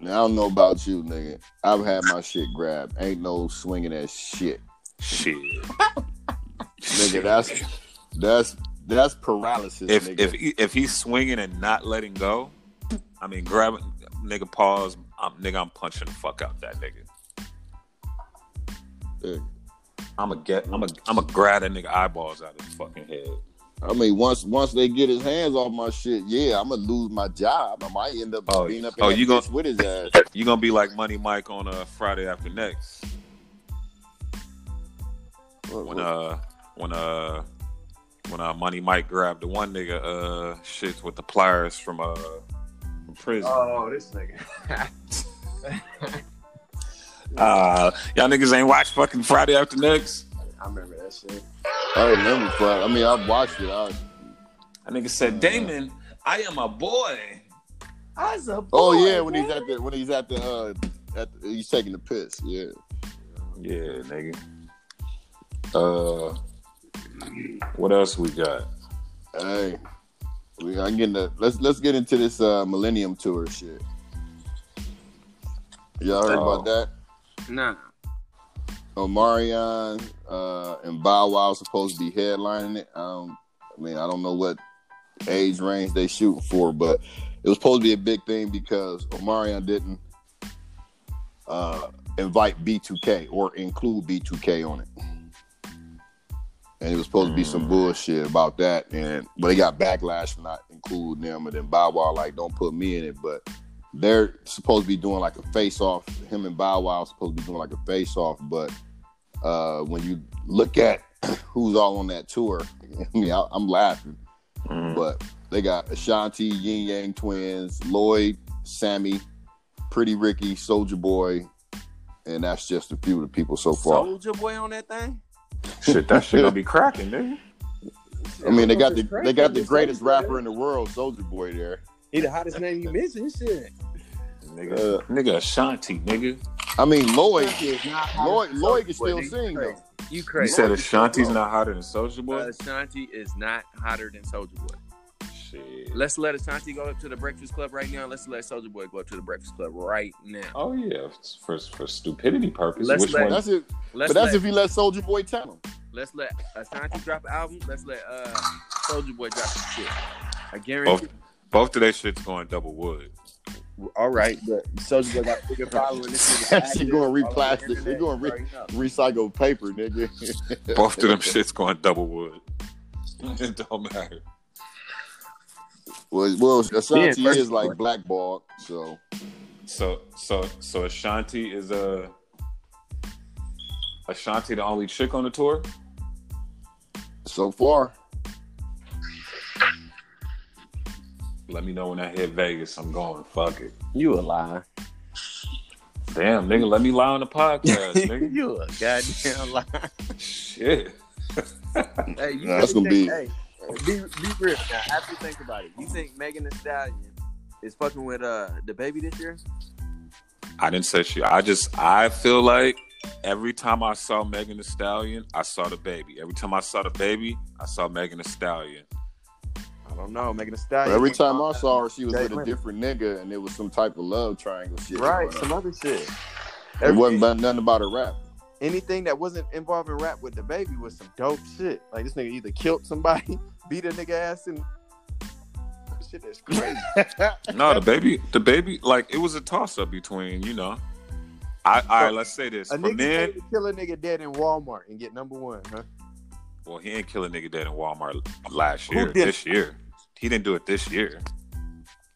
Now, I don't know about you, nigga. I've had my shit grabbed. Ain't no swinging that shit,
Shit.
nigga.
Shit.
That's that's that's paralysis,
if
nigga.
if he- if he's swinging and not letting go, I mean, grab it, nigga, pause, I'm, nigga, I'm punching the fuck out that nigga.
Yeah.
I'm a get, I'm a, I'm a grab that nigga eyeballs out of his fucking head.
I mean, once once they get his hands off my shit, yeah, I'm gonna lose my job. I might end up
Oh,
being up in
oh,
that
you
bitch with his ass.
You gonna be like Money Mike on uh, Friday after next when uh when uh when uh Money Mike grabbed the one nigga uh shits with the pliers from uh from prison.
Oh, this nigga.
Uh, y'all niggas ain't watch fucking Friday after next.
I remember that shit.
I remember, but I mean, I watched it. I,
That nigga said, Damon, I am a boy.
I was a boy,
oh yeah, when he's at the when he's at the uh, at the, he's taking the piss. Yeah,
Yeah, nigga. Uh, what else we got?
hey, we I getting the, let's let's get into this uh, Millennium Tour shit. Y'all heard
Oh.
about that?
Nah.
Omarion uh, and Bow Wow supposed to be headlining it. Um, I mean, I don't know what age range they shooting for, but it was supposed to be a big thing because Omarion didn't uh, invite B2K or include B2K on it. And it was supposed to be some
Mm.
bullshit about that, and but they got backlash for not including them. And then Bow Wow like, don't put me in it. But they're supposed to be doing like a face off. Him and Bow Wow supposed to be doing like a face off. But uh, when you look at who's all on that tour, I mean, I, I'm laughing,
Mm.
but they got Ashanti, Yin Yang Twins, Lloyd, Sammy, Pretty Ricky, Soldier Boy, and that's just a few of the people so far.
Soldier boy on that thing?
Shit, that shit gonna be cracking, nigga.
I mean, they got the they got the greatest rapper in the world, Soldier Boy, there.
He the hottest name you mentioned. Shit.
Nigga, Uh, nigga Ashanti, nigga.
I mean, Lloyd, Lloyd,
Lloyd,
Lloyd can still sing though.
You
You
crazy.
said Ashanti's not hotter than Soulja Boy?
Uh, Ashanti is not hotter than Soldier Boy.
shit.
Let's let Ashanti go up to the Breakfast Club right now. Let's let Soldier Boy go up to the Breakfast Club right now.
Oh yeah, for for stupidity purposes.
Let's
Which
let-
one?
That's it.
Let's
but that's
let,
if you let Soldier Boy tell him.
let's let Ashanti drop an album. Let's let uh, Soldier Boy drop some shit. I
Both
Oh.
guarantee.
both of their shit's going double wood.
All right, but Soldier Boy got bigger following. This
She gonna replastic. She gonna re- Recycled paper, nigga.
Both of them shit's going double wood. It don't matter.
Well, well Ashanti
Yeah, first
is like
one.
blackballed, so
So so so Ashanti is a Ashanti the only chick on the tour?
so far,
Let me know when I hit Vegas. I'm going. Fuck it.
You a liar.
Damn, nigga, let me lie on the podcast, nigga.
you a goddamn liar.
Shit.
Hey, you
Nah, that's
really
gonna
think- Hey, be, be real now. After you think about it, you think Megan Thee Stallion is fucking with uh the baby this year?
I didn't say shit. I just I feel like every time I saw Megan Thee Stallion, I saw the baby. Every time I saw the baby, I saw Megan Thee Stallion.
I don't know. Megan Thee Stallion.
every time I saw her, she was
Jay
with a
Leno.
different nigga, and it was some type of love triangle shit.
right,
going on.
some other shit.
It wasn't about nothing about a rap.
anything that wasn't involving rap with the baby was some dope shit. Like this nigga either killed somebody, beat a nigga ass, and shit that's crazy.
No, the baby, the baby, like it was a toss up between you know. I all right. Let's say this
a
from
nigga
then.
paid to kill a nigga dead in Walmart and get number one, huh?
Well, he ain't kill a nigga dead in Walmart last
Who
year.
did it?
This year, he didn't do it this year.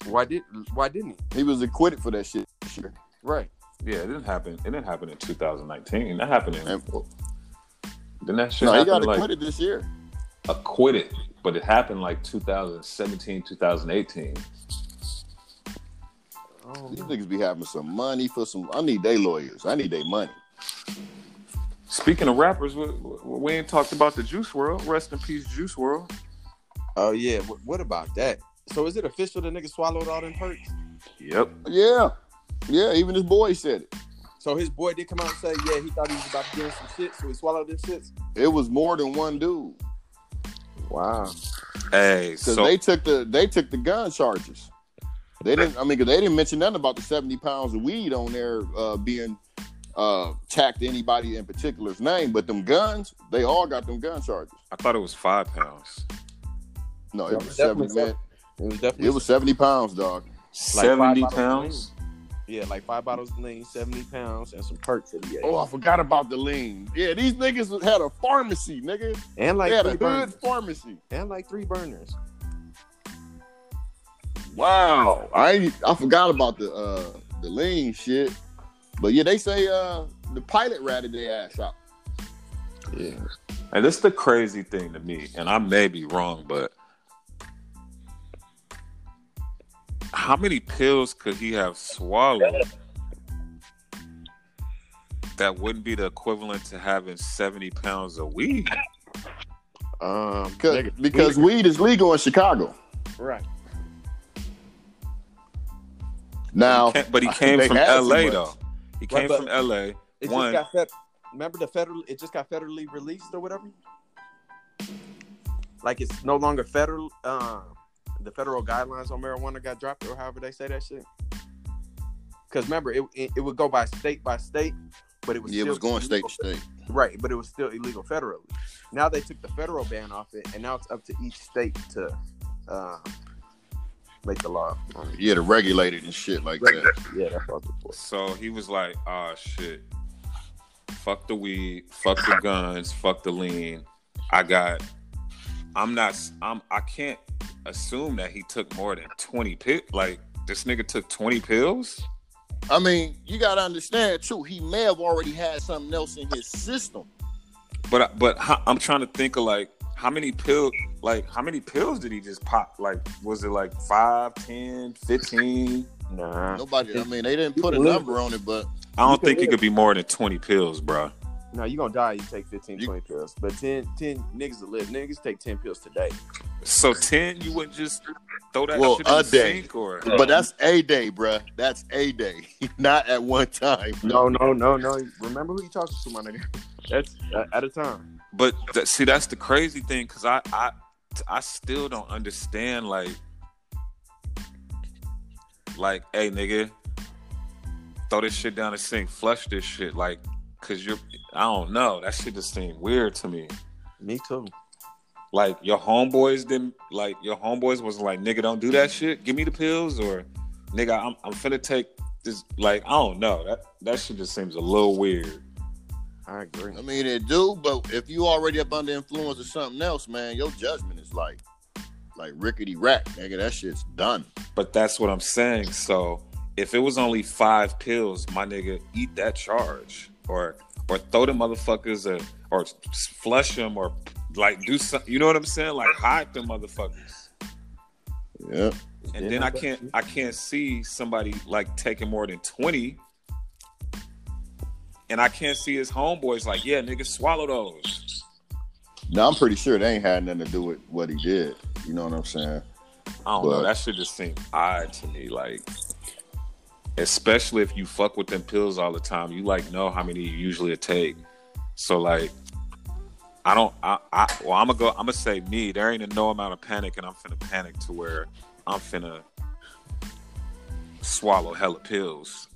Why did Why didn't he?
He was acquitted for that shit. Sure.
Right.
Yeah, it didn't happen. It didn't happen in 2019. That happened in.
And,
Didn't that shit
no, he
happen
got
like
acquitted this year.
acquitted? But it happened like 2017, 2018.
Oh,
These niggas be having some money for some. I need they lawyers. I need they money.
Speaking of rappers, we, we ain't talked about the Juice World. Rest in peace, Juice World.
Oh yeah. What, what about that? So is it official the nigga swallowed all them perks?
Yep.
Yeah, yeah. Even his boy said it.
So his boy did come out and say, yeah, he thought he was about to get in some shit, so he swallowed them shits.
It was more than one dude
Wow.
Hey,
because
so
they took the they took the gun charges. They didn't. I mean, 'cause they didn't mention nothing about the seventy pounds of weed on there uh, being uh, tacked to anybody in particular's name. But them guns, they all got them gun charges.
I thought it was five pounds.
No,
Yeah,
it was
definitely
seventy. Man,
It was definitely
it was seventy pounds, dog.
Seventy
five bottles of
pounds.
yeah, like five bottles of lean, seventy pounds, and some perks that he ate.
Oh, I forgot about the lean. Yeah, these niggas had a pharmacy, nigga.
and like
they had a
three
hood
burners.
pharmacy.
And like three burners.
Wow, I ain't- I forgot about the uh, the lean shit. But yeah, they say uh, the pilot ratted their ass out.
Yeah.
And this the crazy thing to me, and I may be wrong, but how many pills could he have swallowed that wouldn't be the equivalent to having seventy pounds of weed?
Um
Cause, because weed is legal in Chicago.
right.
Now,
Ca- but he
I
came
think
from
they had
L.A.
too
though. He
Right,
came
but-
from L.A.
It
One.
just got fed, remember the federal it just got federally released or whatever?
Like it's no longer federal. Um, the federal guidelines on marijuana got dropped, or however they say that shit. Because remember, it, it it would go by state by state, but it was
Yeah, it
still
was going state
illegal.
to state.
right, but it was still illegal federally. Now they took the federal ban off it, and now it's up to each state to um, make the law. Um,
Yeah, to regulate it and shit like that.
Yeah, that's what I was for.
So he was like, "Ah, shit. Fuck the weed. Fuck the guns. Fuck the lean. I got. I'm not. I'm. I can't assume that he took more than twenty pills. Like this nigga took twenty pills.
I mean, you gotta understand too. He may have already had something else in his system.
But I- but ho- I'm trying to think of like how many pill like how many pills did he just pop? Like was it like five, ten, fifteen?
Nah.
Nobody. I mean, they didn't put a
Believe
number on it, but
I don't
You
think it
could-
could be more than twenty pills, bro.
No, you gonna die. You take 15,
You-
20 pills, but 10, 10 niggas to live. Niggas take ten pills today.
So ten, you wouldn't just throw that
Well,
shit in
a
the
day.
sink or
but that's a day, bruh. That's a day, not at one time.
No, no, no, no. Remember who you talking to, my nigga. That's uh, at a time.
But th- see, that's the crazy thing because I, I, I still don't understand. Like, like, hey, nigga, throw this shit down the sink, flush this shit, like, cause you're, I don't know, that shit just seemed weird to me.
Me too.
Like your homeboys didn't, like your homeboys was like, nigga, don't do that shit. Give me the pills, or nigga, I'm, I'm finna take this. Like, I don't know, that that shit just seems a little weird.
I agree.
I mean, it do, but if you already up under influence of something else, man, your judgment is like, like rickety rack, nigga. That shit's done.
But that's what I'm saying. So if it was only five pills, my nigga, eat that charge or or throw the motherfuckers or, or flush them or like do something. You know what I'm saying? Like hide them motherfuckers.
Yeah.
And
Yeah,
then
I
I can't I can't see somebody like taking more than twenty. And I can't see his homeboys like, yeah, nigga, swallow those.
Now I'm pretty sure they ain't had nothing to do with what he did. You know what I'm saying?
I don't know.
But-
That should just seem odd to me. Like, especially if you fuck with them pills all the time, you like know how many you usually take. So like, I don't. I, I well, I'm gonna go. I'm gonna say me. There ain't a no amount of panic, and I'm finna panic to where I'm finna swallow hella pills.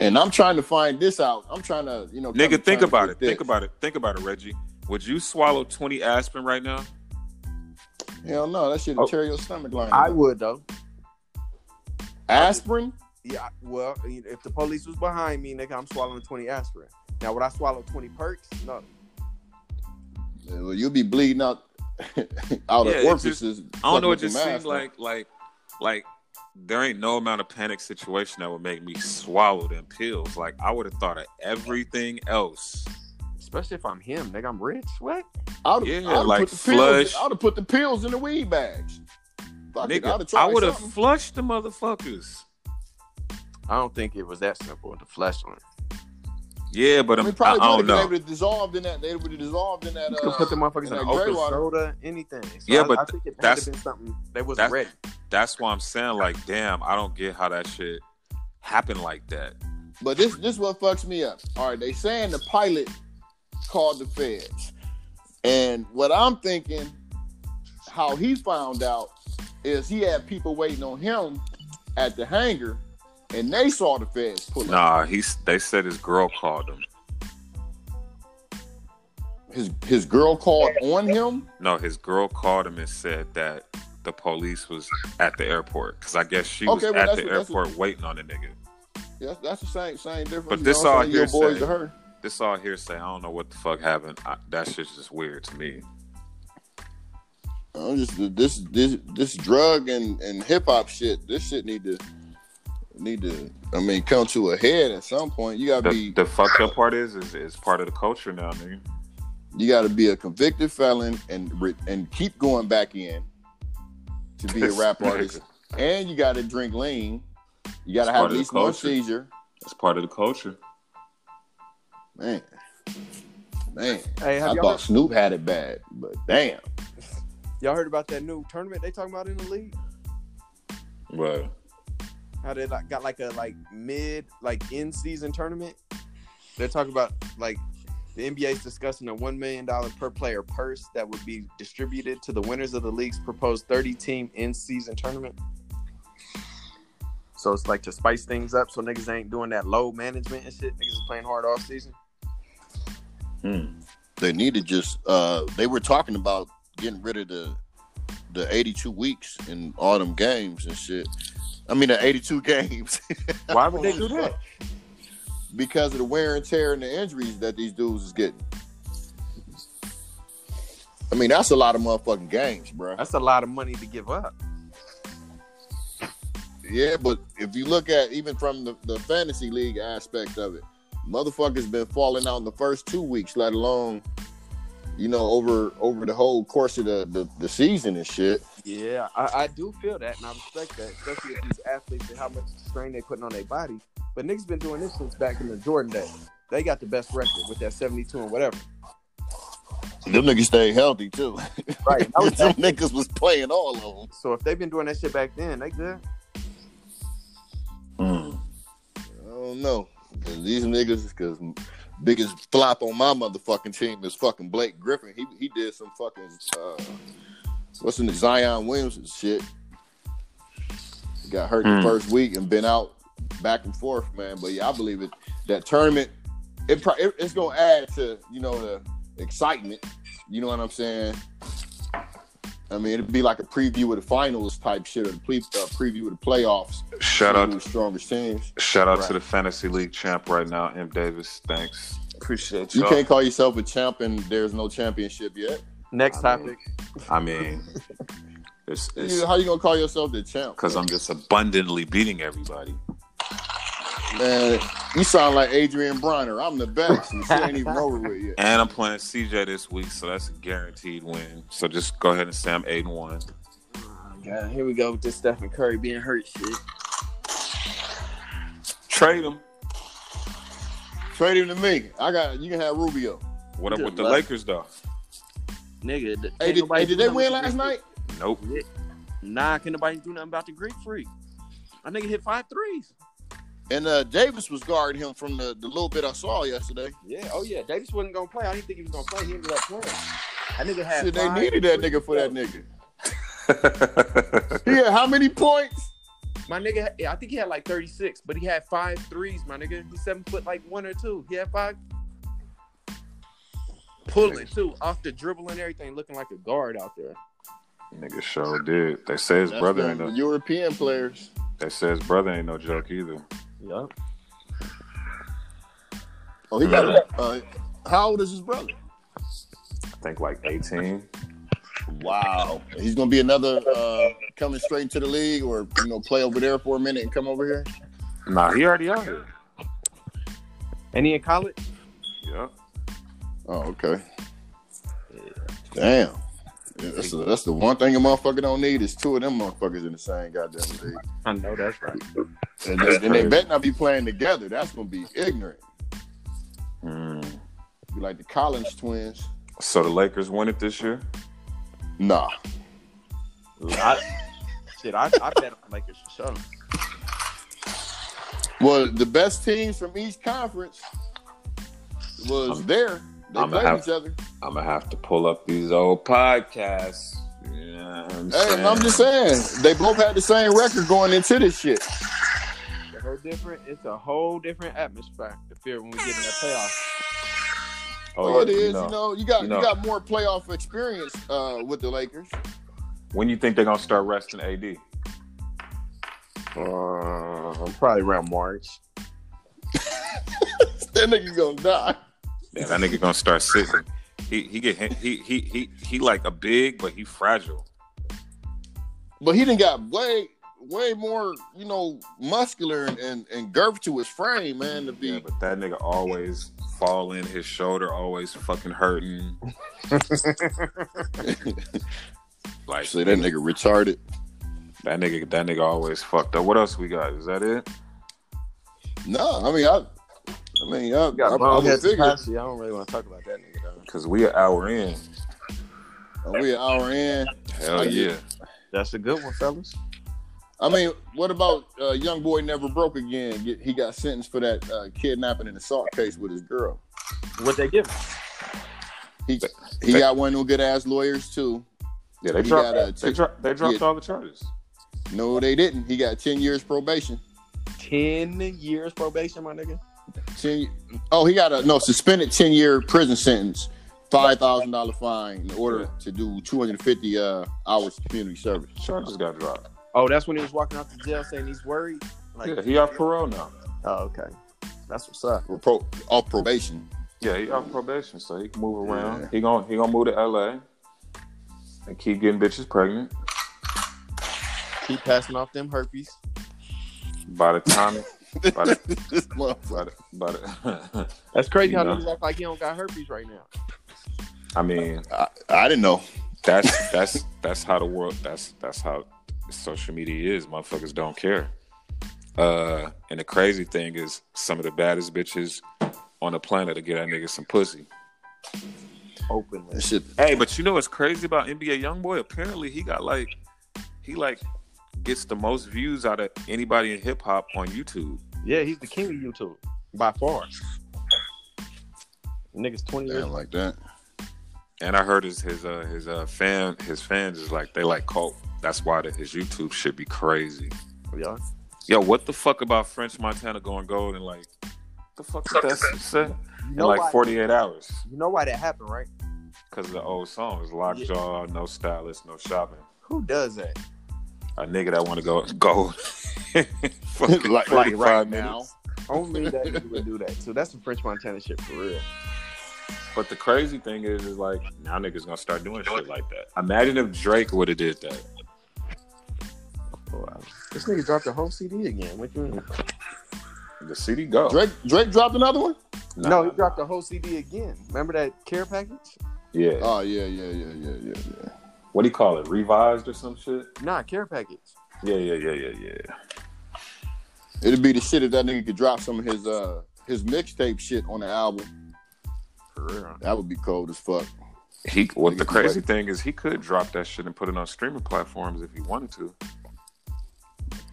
And I'm trying to find this out. I'm trying to, you know, kinda
Nigga, think
trying to
about
get
it.
this.
Think about it. Think about it, Reggie. Would you swallow 20 aspirin right now?
Hell no, that shit
Oh.
will tear your stomach lining.
I would though.
Aspirin?
Yeah, I- well, I mean, if the police was behind me, nigga, I'm swallowing 20 aspirin. Now, would I swallow 20 perks? No.
Yeah, Well, you'll be bleeding out out
Yeah, it
of orifices.
I don't know. It just
fucking with them
seemed
aspirin.
like like like there ain't no amount of panic situation that would make me swallow them pills. Like I would have thought of everything else.
Especially if I'm him, nigga. I'm rich. What?
I would
yeah,
I would've
like
put the pills.
flush.
I would have put the pills in the weed bags. Fuck it, I
Nigga,
would've
I
tried
would have
something.
flushed the motherfuckers.
I don't think it was that simple. The flesh one.
Yeah, but
I
I'm,
mean,
I, I
probably
don't
would have
know.
been able to dissolve in that. They would have dissolved in that.
You
Uh,
could put the motherfuckers in
that
an
gray
open
water.
soda, anything. So
Yeah,
I-
but
I think it had
that's-
to been something they wasn't
that's-
ready.
That's why I'm saying, like, damn, I don't get how that shit happened like that.
But this this what fucks me up. All right, they saying the pilot called the feds, and what I'm thinking, how he found out is he had people waiting on him at the hangar, and they saw the feds pull up.
Nah, he's. They said his girl called him.
His his girl called on him.
No, his girl called him and said that the police was at the airport because I guess she
Okay,
was
well,
at
that's
the
what- that's what-
airport waiting on the nigga.
Yes, that's the same same difference.
But
You
this
know what I'm
all
saying? your
hearsay.
boys to her.
This all hearsay. I don't know what the fuck happened. I, that shit's just weird to me.
I'm just this this this drug and and hip hop shit. This shit need to need to. I mean, come to a head at some point. You gotta
The,
be
the fucked up part is, is it's part of the culture now, nigga.
you gotta be a convicted felon and re- and keep going back in to be a
This
rap
nigga.
artist. And you gotta drink lean. You gotta
It's
have
part
at
of the
least one
culture.
seizure.
It's part of the culture.
Man, man.
Hey,
I
have y'all
thought Snoop had it bad, but damn.
y'all heard about that new tournament they talking about in the league?
Right.
How they like, got like a like mid like in season tournament? They're talking about like the NBA's discussing a one million dollar per player purse that would be distributed to the winners of the league's proposed thirty team in season tournament. So it's like to spice things up, so niggas ain't doing that low management and shit. Niggas is playing hard off season.
Hmm.
They need to just uh they were talking about getting rid of the the 82 weeks and all them games and shit. I mean the 82 games.
Why would they do that?
because of the wear and tear and the injuries that these dudes is getting. I mean, that's a lot of motherfucking games, bro.
That's a lot of money to give up.
Yeah, but if you look at even from the, the fantasy league aspect of it, motherfuckers been falling out in the first two weeks, let alone, you know, over over the whole course of the, the, the season and shit.
Yeah, I, I do feel that, and I respect that, especially with these athletes and how much strain they putting on their body. But niggas been doing this since back in the Jordan days. They got the best record with that seventy-two and whatever.
Them niggas stay healthy too.
Right. That was
Them
back-
niggas was playing all of them.
so if they've been doing that shit back then, they good.
Hmm.
I don't know. 'Cause these niggas, because biggest flop on my motherfucking team is fucking Blake Griffin. He he did some fucking uh, what's in the Zion Williams shit. He got hurt the
Hmm.
first week and been out back and forth, man. But yeah, I believe it. That tournament, it, pro- it it's gonna add to you know the excitement. You know what I'm saying? I mean, it'd be like a preview of the finals type shit, or the ple- uh, preview of the playoffs.
Shout
See
out,
who's strongest teams.
shout out
Right.
to the fantasy league champ right now, M. Davis. Thanks.
Appreciate
You
So-
can't call yourself a champ and there's no championship yet.
Next
I mean,
topic.
I mean, it's
You- How you gonna call yourself the champ?
because I'm just abundantly beating everybody.
man, you sound like Adrian Bronner. I'm the best. and shit ain't even over with yet.
And I'm playing CJ this week, so that's a guaranteed win. So just go ahead and say I'm eight and one.
God, here we go with this Stephen Curry being hurt shit.
Trade him.
Trade him to me. I got you can have Rubio.
What up
Good
with the
luck.
Lakers though?
Nigga, th-
Hey,
can't
did,
nobody
hey,
do
did they
nothing
win
about the
last
Greek
night?
Nope.
Freak. Nah, can nobody do nothing about the Greek freak? I nigga hit five threes.
And uh Davis was guarding him from the, the little bit I saw yesterday.
Yeah, oh yeah. Davis wasn't gonna play. I didn't think he was gonna play. He ended up playing. That nigga had
Shit, they
five
needed that nigga for that nigga.
That's
Yeah, how many points?
My nigga, had- I think he had like 36, but he had five threes, my nigga. He's seven foot like one or two. He had five. Pulling too, off the dribble and everything, looking like a guard out there.
Nigga sure did. They say his
That's
brother
from
ain't
the
no.
European players.
They say his brother ain't no joke either.
Yup.
Oh, he got a, uh, how old is his brother?
I think like 18.
Wow. He's gonna be another uh coming straight into the league or you know, play over there for a minute and come over here.
Nah, he already out here.
And he in college?
Yep.
Oh, okay. Damn. Yeah, that's, the that's the one thing a motherfucker don't need is two of them motherfuckers in the same goddamn league.
I know that's right.
And they, and they better not be playing together. That's gonna be ignorant.
Mm.
You like the Collins twins?
So the Lakers won it this year.
Nah.
I, shit, I, I bet on Lakers for sure.
Well, the best teams from each conference was there. They
I'm
played
out.
each other.
I'm gonna have to pull up these old podcasts. You know what I'm
Hey,
saying?
I'm just saying, they both had the same record going into this shit.
It's a whole different. It's a whole different atmosphere when we get in the playoffs.
Oh, it
yeah,
is,
you
you know, you,
know.
got
you
you,
know.
got more playoff experience uh, with the Lakers.
When you think they're gonna start resting AD?
Uh, probably around March.
that nigga gonna die.
Yeah, that nigga gonna start sitting. He he get hit- he he he he like a big, but he fragile.
But he didn't got way way more, you know, muscular and, and, and girth to his frame, man, to be
Yeah, but that nigga always falling. His shoulder always fucking hurting. like
See that nigga retarded.
that nigga that nigga always fucked up. What else we got? Is that it?
No, I mean I I mean I, I, I,
Bro,
would
that's
figure
Takashi. I don't really want to talk about that nigga though.
Cause we an hour in.
Oh, we an hour in.
Hell
I get-
yeah.
That's a good one, fellas.
I mean, what about uh, young boy never broke again? Get, he got sentenced for that uh, kidnapping and assault case with his girl.
What they give? him?
He he got one of them good ass lawyers too.
Yeah, they
He
dropped.
got uh, a
they,
tick-
dropped they dropped
yeah.
all the charges.
No, they didn't. He got ten years probation.
Ten years probation, my nigga.
Ten. Oh, he got a no suspended ten year prison sentence, five thousand dollar fine in order to do two hundred fifty uh, hours of community service.
Charges got dropped.
Oh, that's when he was walking out the jail saying he's worried. Like,
Yeah, he off parole now.
oh, okay, that's what's up.
Or pro, off probation.
Yeah, he off probation, so he can move around.
Yeah.
He gon' he gonna move to LA and keep getting bitches pregnant.
Keep passing off them herpes.
By the time, by the,
this motherfucker.
by the, by the
That's crazy how
You know.
niggas act like he don't got herpes right now.
I mean,
I, I didn't know.
that's that's that's how the world. That's that's how social media is. Motherfuckers don't care. Uh, and the crazy thing is, some of the baddest bitches on the planet to get that nigga some pussy.
Openly.
That shit.
Hey, but you know what's crazy about NBA YoungBoy? Apparently, he got like he like gets the most views out of anybody in hip hop on YouTube.
Yeah, he's the king of YouTube by far. Niggas twenty years.
Damn like that.
And I heard his his uh, his uh, fan his fans is like they like Colt. That's why the, his YouTube should be crazy.
Yeah.
Yo, what the fuck about French Montana going gold in like the fuck is that shit said?
You
in
know
like
why?
48 hours?
You know why that happened, right?
Because of the old song is lockjaw, no stylist, no shopping.
Who does that?
A nigga that want to go gold.
like
Fucking
like
45
right
minutes.
now.
Only that nigga would do that. So that's some French Montana shit for real.
But the crazy thing is, is like now niggas gonna start doing shit like that. Imagine if Drake would have did that.
This nigga dropped a whole CD again. What you mean?
The CD go.
Drake Drake dropped another one.
Nah,
no, he
nah,
dropped a whole CD again. Remember that care package?
Yeah.
Oh yeah, yeah, yeah, yeah, yeah, yeah.
what do you call it? Revised or some shit?
Nah, care package.
Yeah, yeah, yeah, yeah, yeah.
It'd be the shit if that nigga could drop some of his uh his mixtape shit on the album.
For real.
That would be cold as fuck.
He what the crazy thing is he could drop that shit and put it on streaming platforms if he wanted to.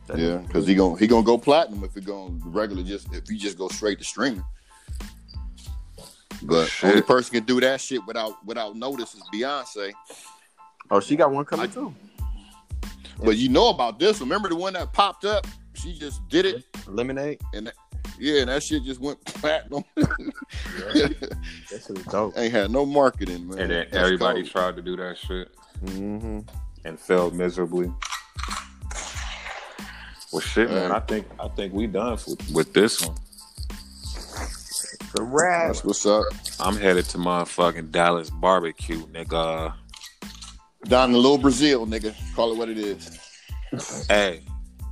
That
Yeah, because he gon' he gonna go platinum if he going regular just if he just go straight to streaming. But
Shit.
only person can do that shit without without notice is Beyonce.
Oh, she got one coming too.
But you know about this? one. Remember the one that popped up? She just did it,
Lemonade.
and that- yeah, and that shit just went platinum.
That shit was dope.
Ain't had no marketing, man.
And then
That's
everybody
cold.
tried to do that shit
Mm-hmm.
and failed miserably. Well shit, man,
Hey.
I think I think we done with, with this one.
The rap.
That's what's up.
I'm headed to motherfucking Dallas barbecue, nigga.
Down in Little Brazil, nigga. Call it what it is.
Hey,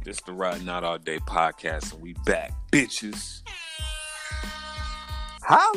this the Rotten Not All Day podcast, and we back, bitches.
How?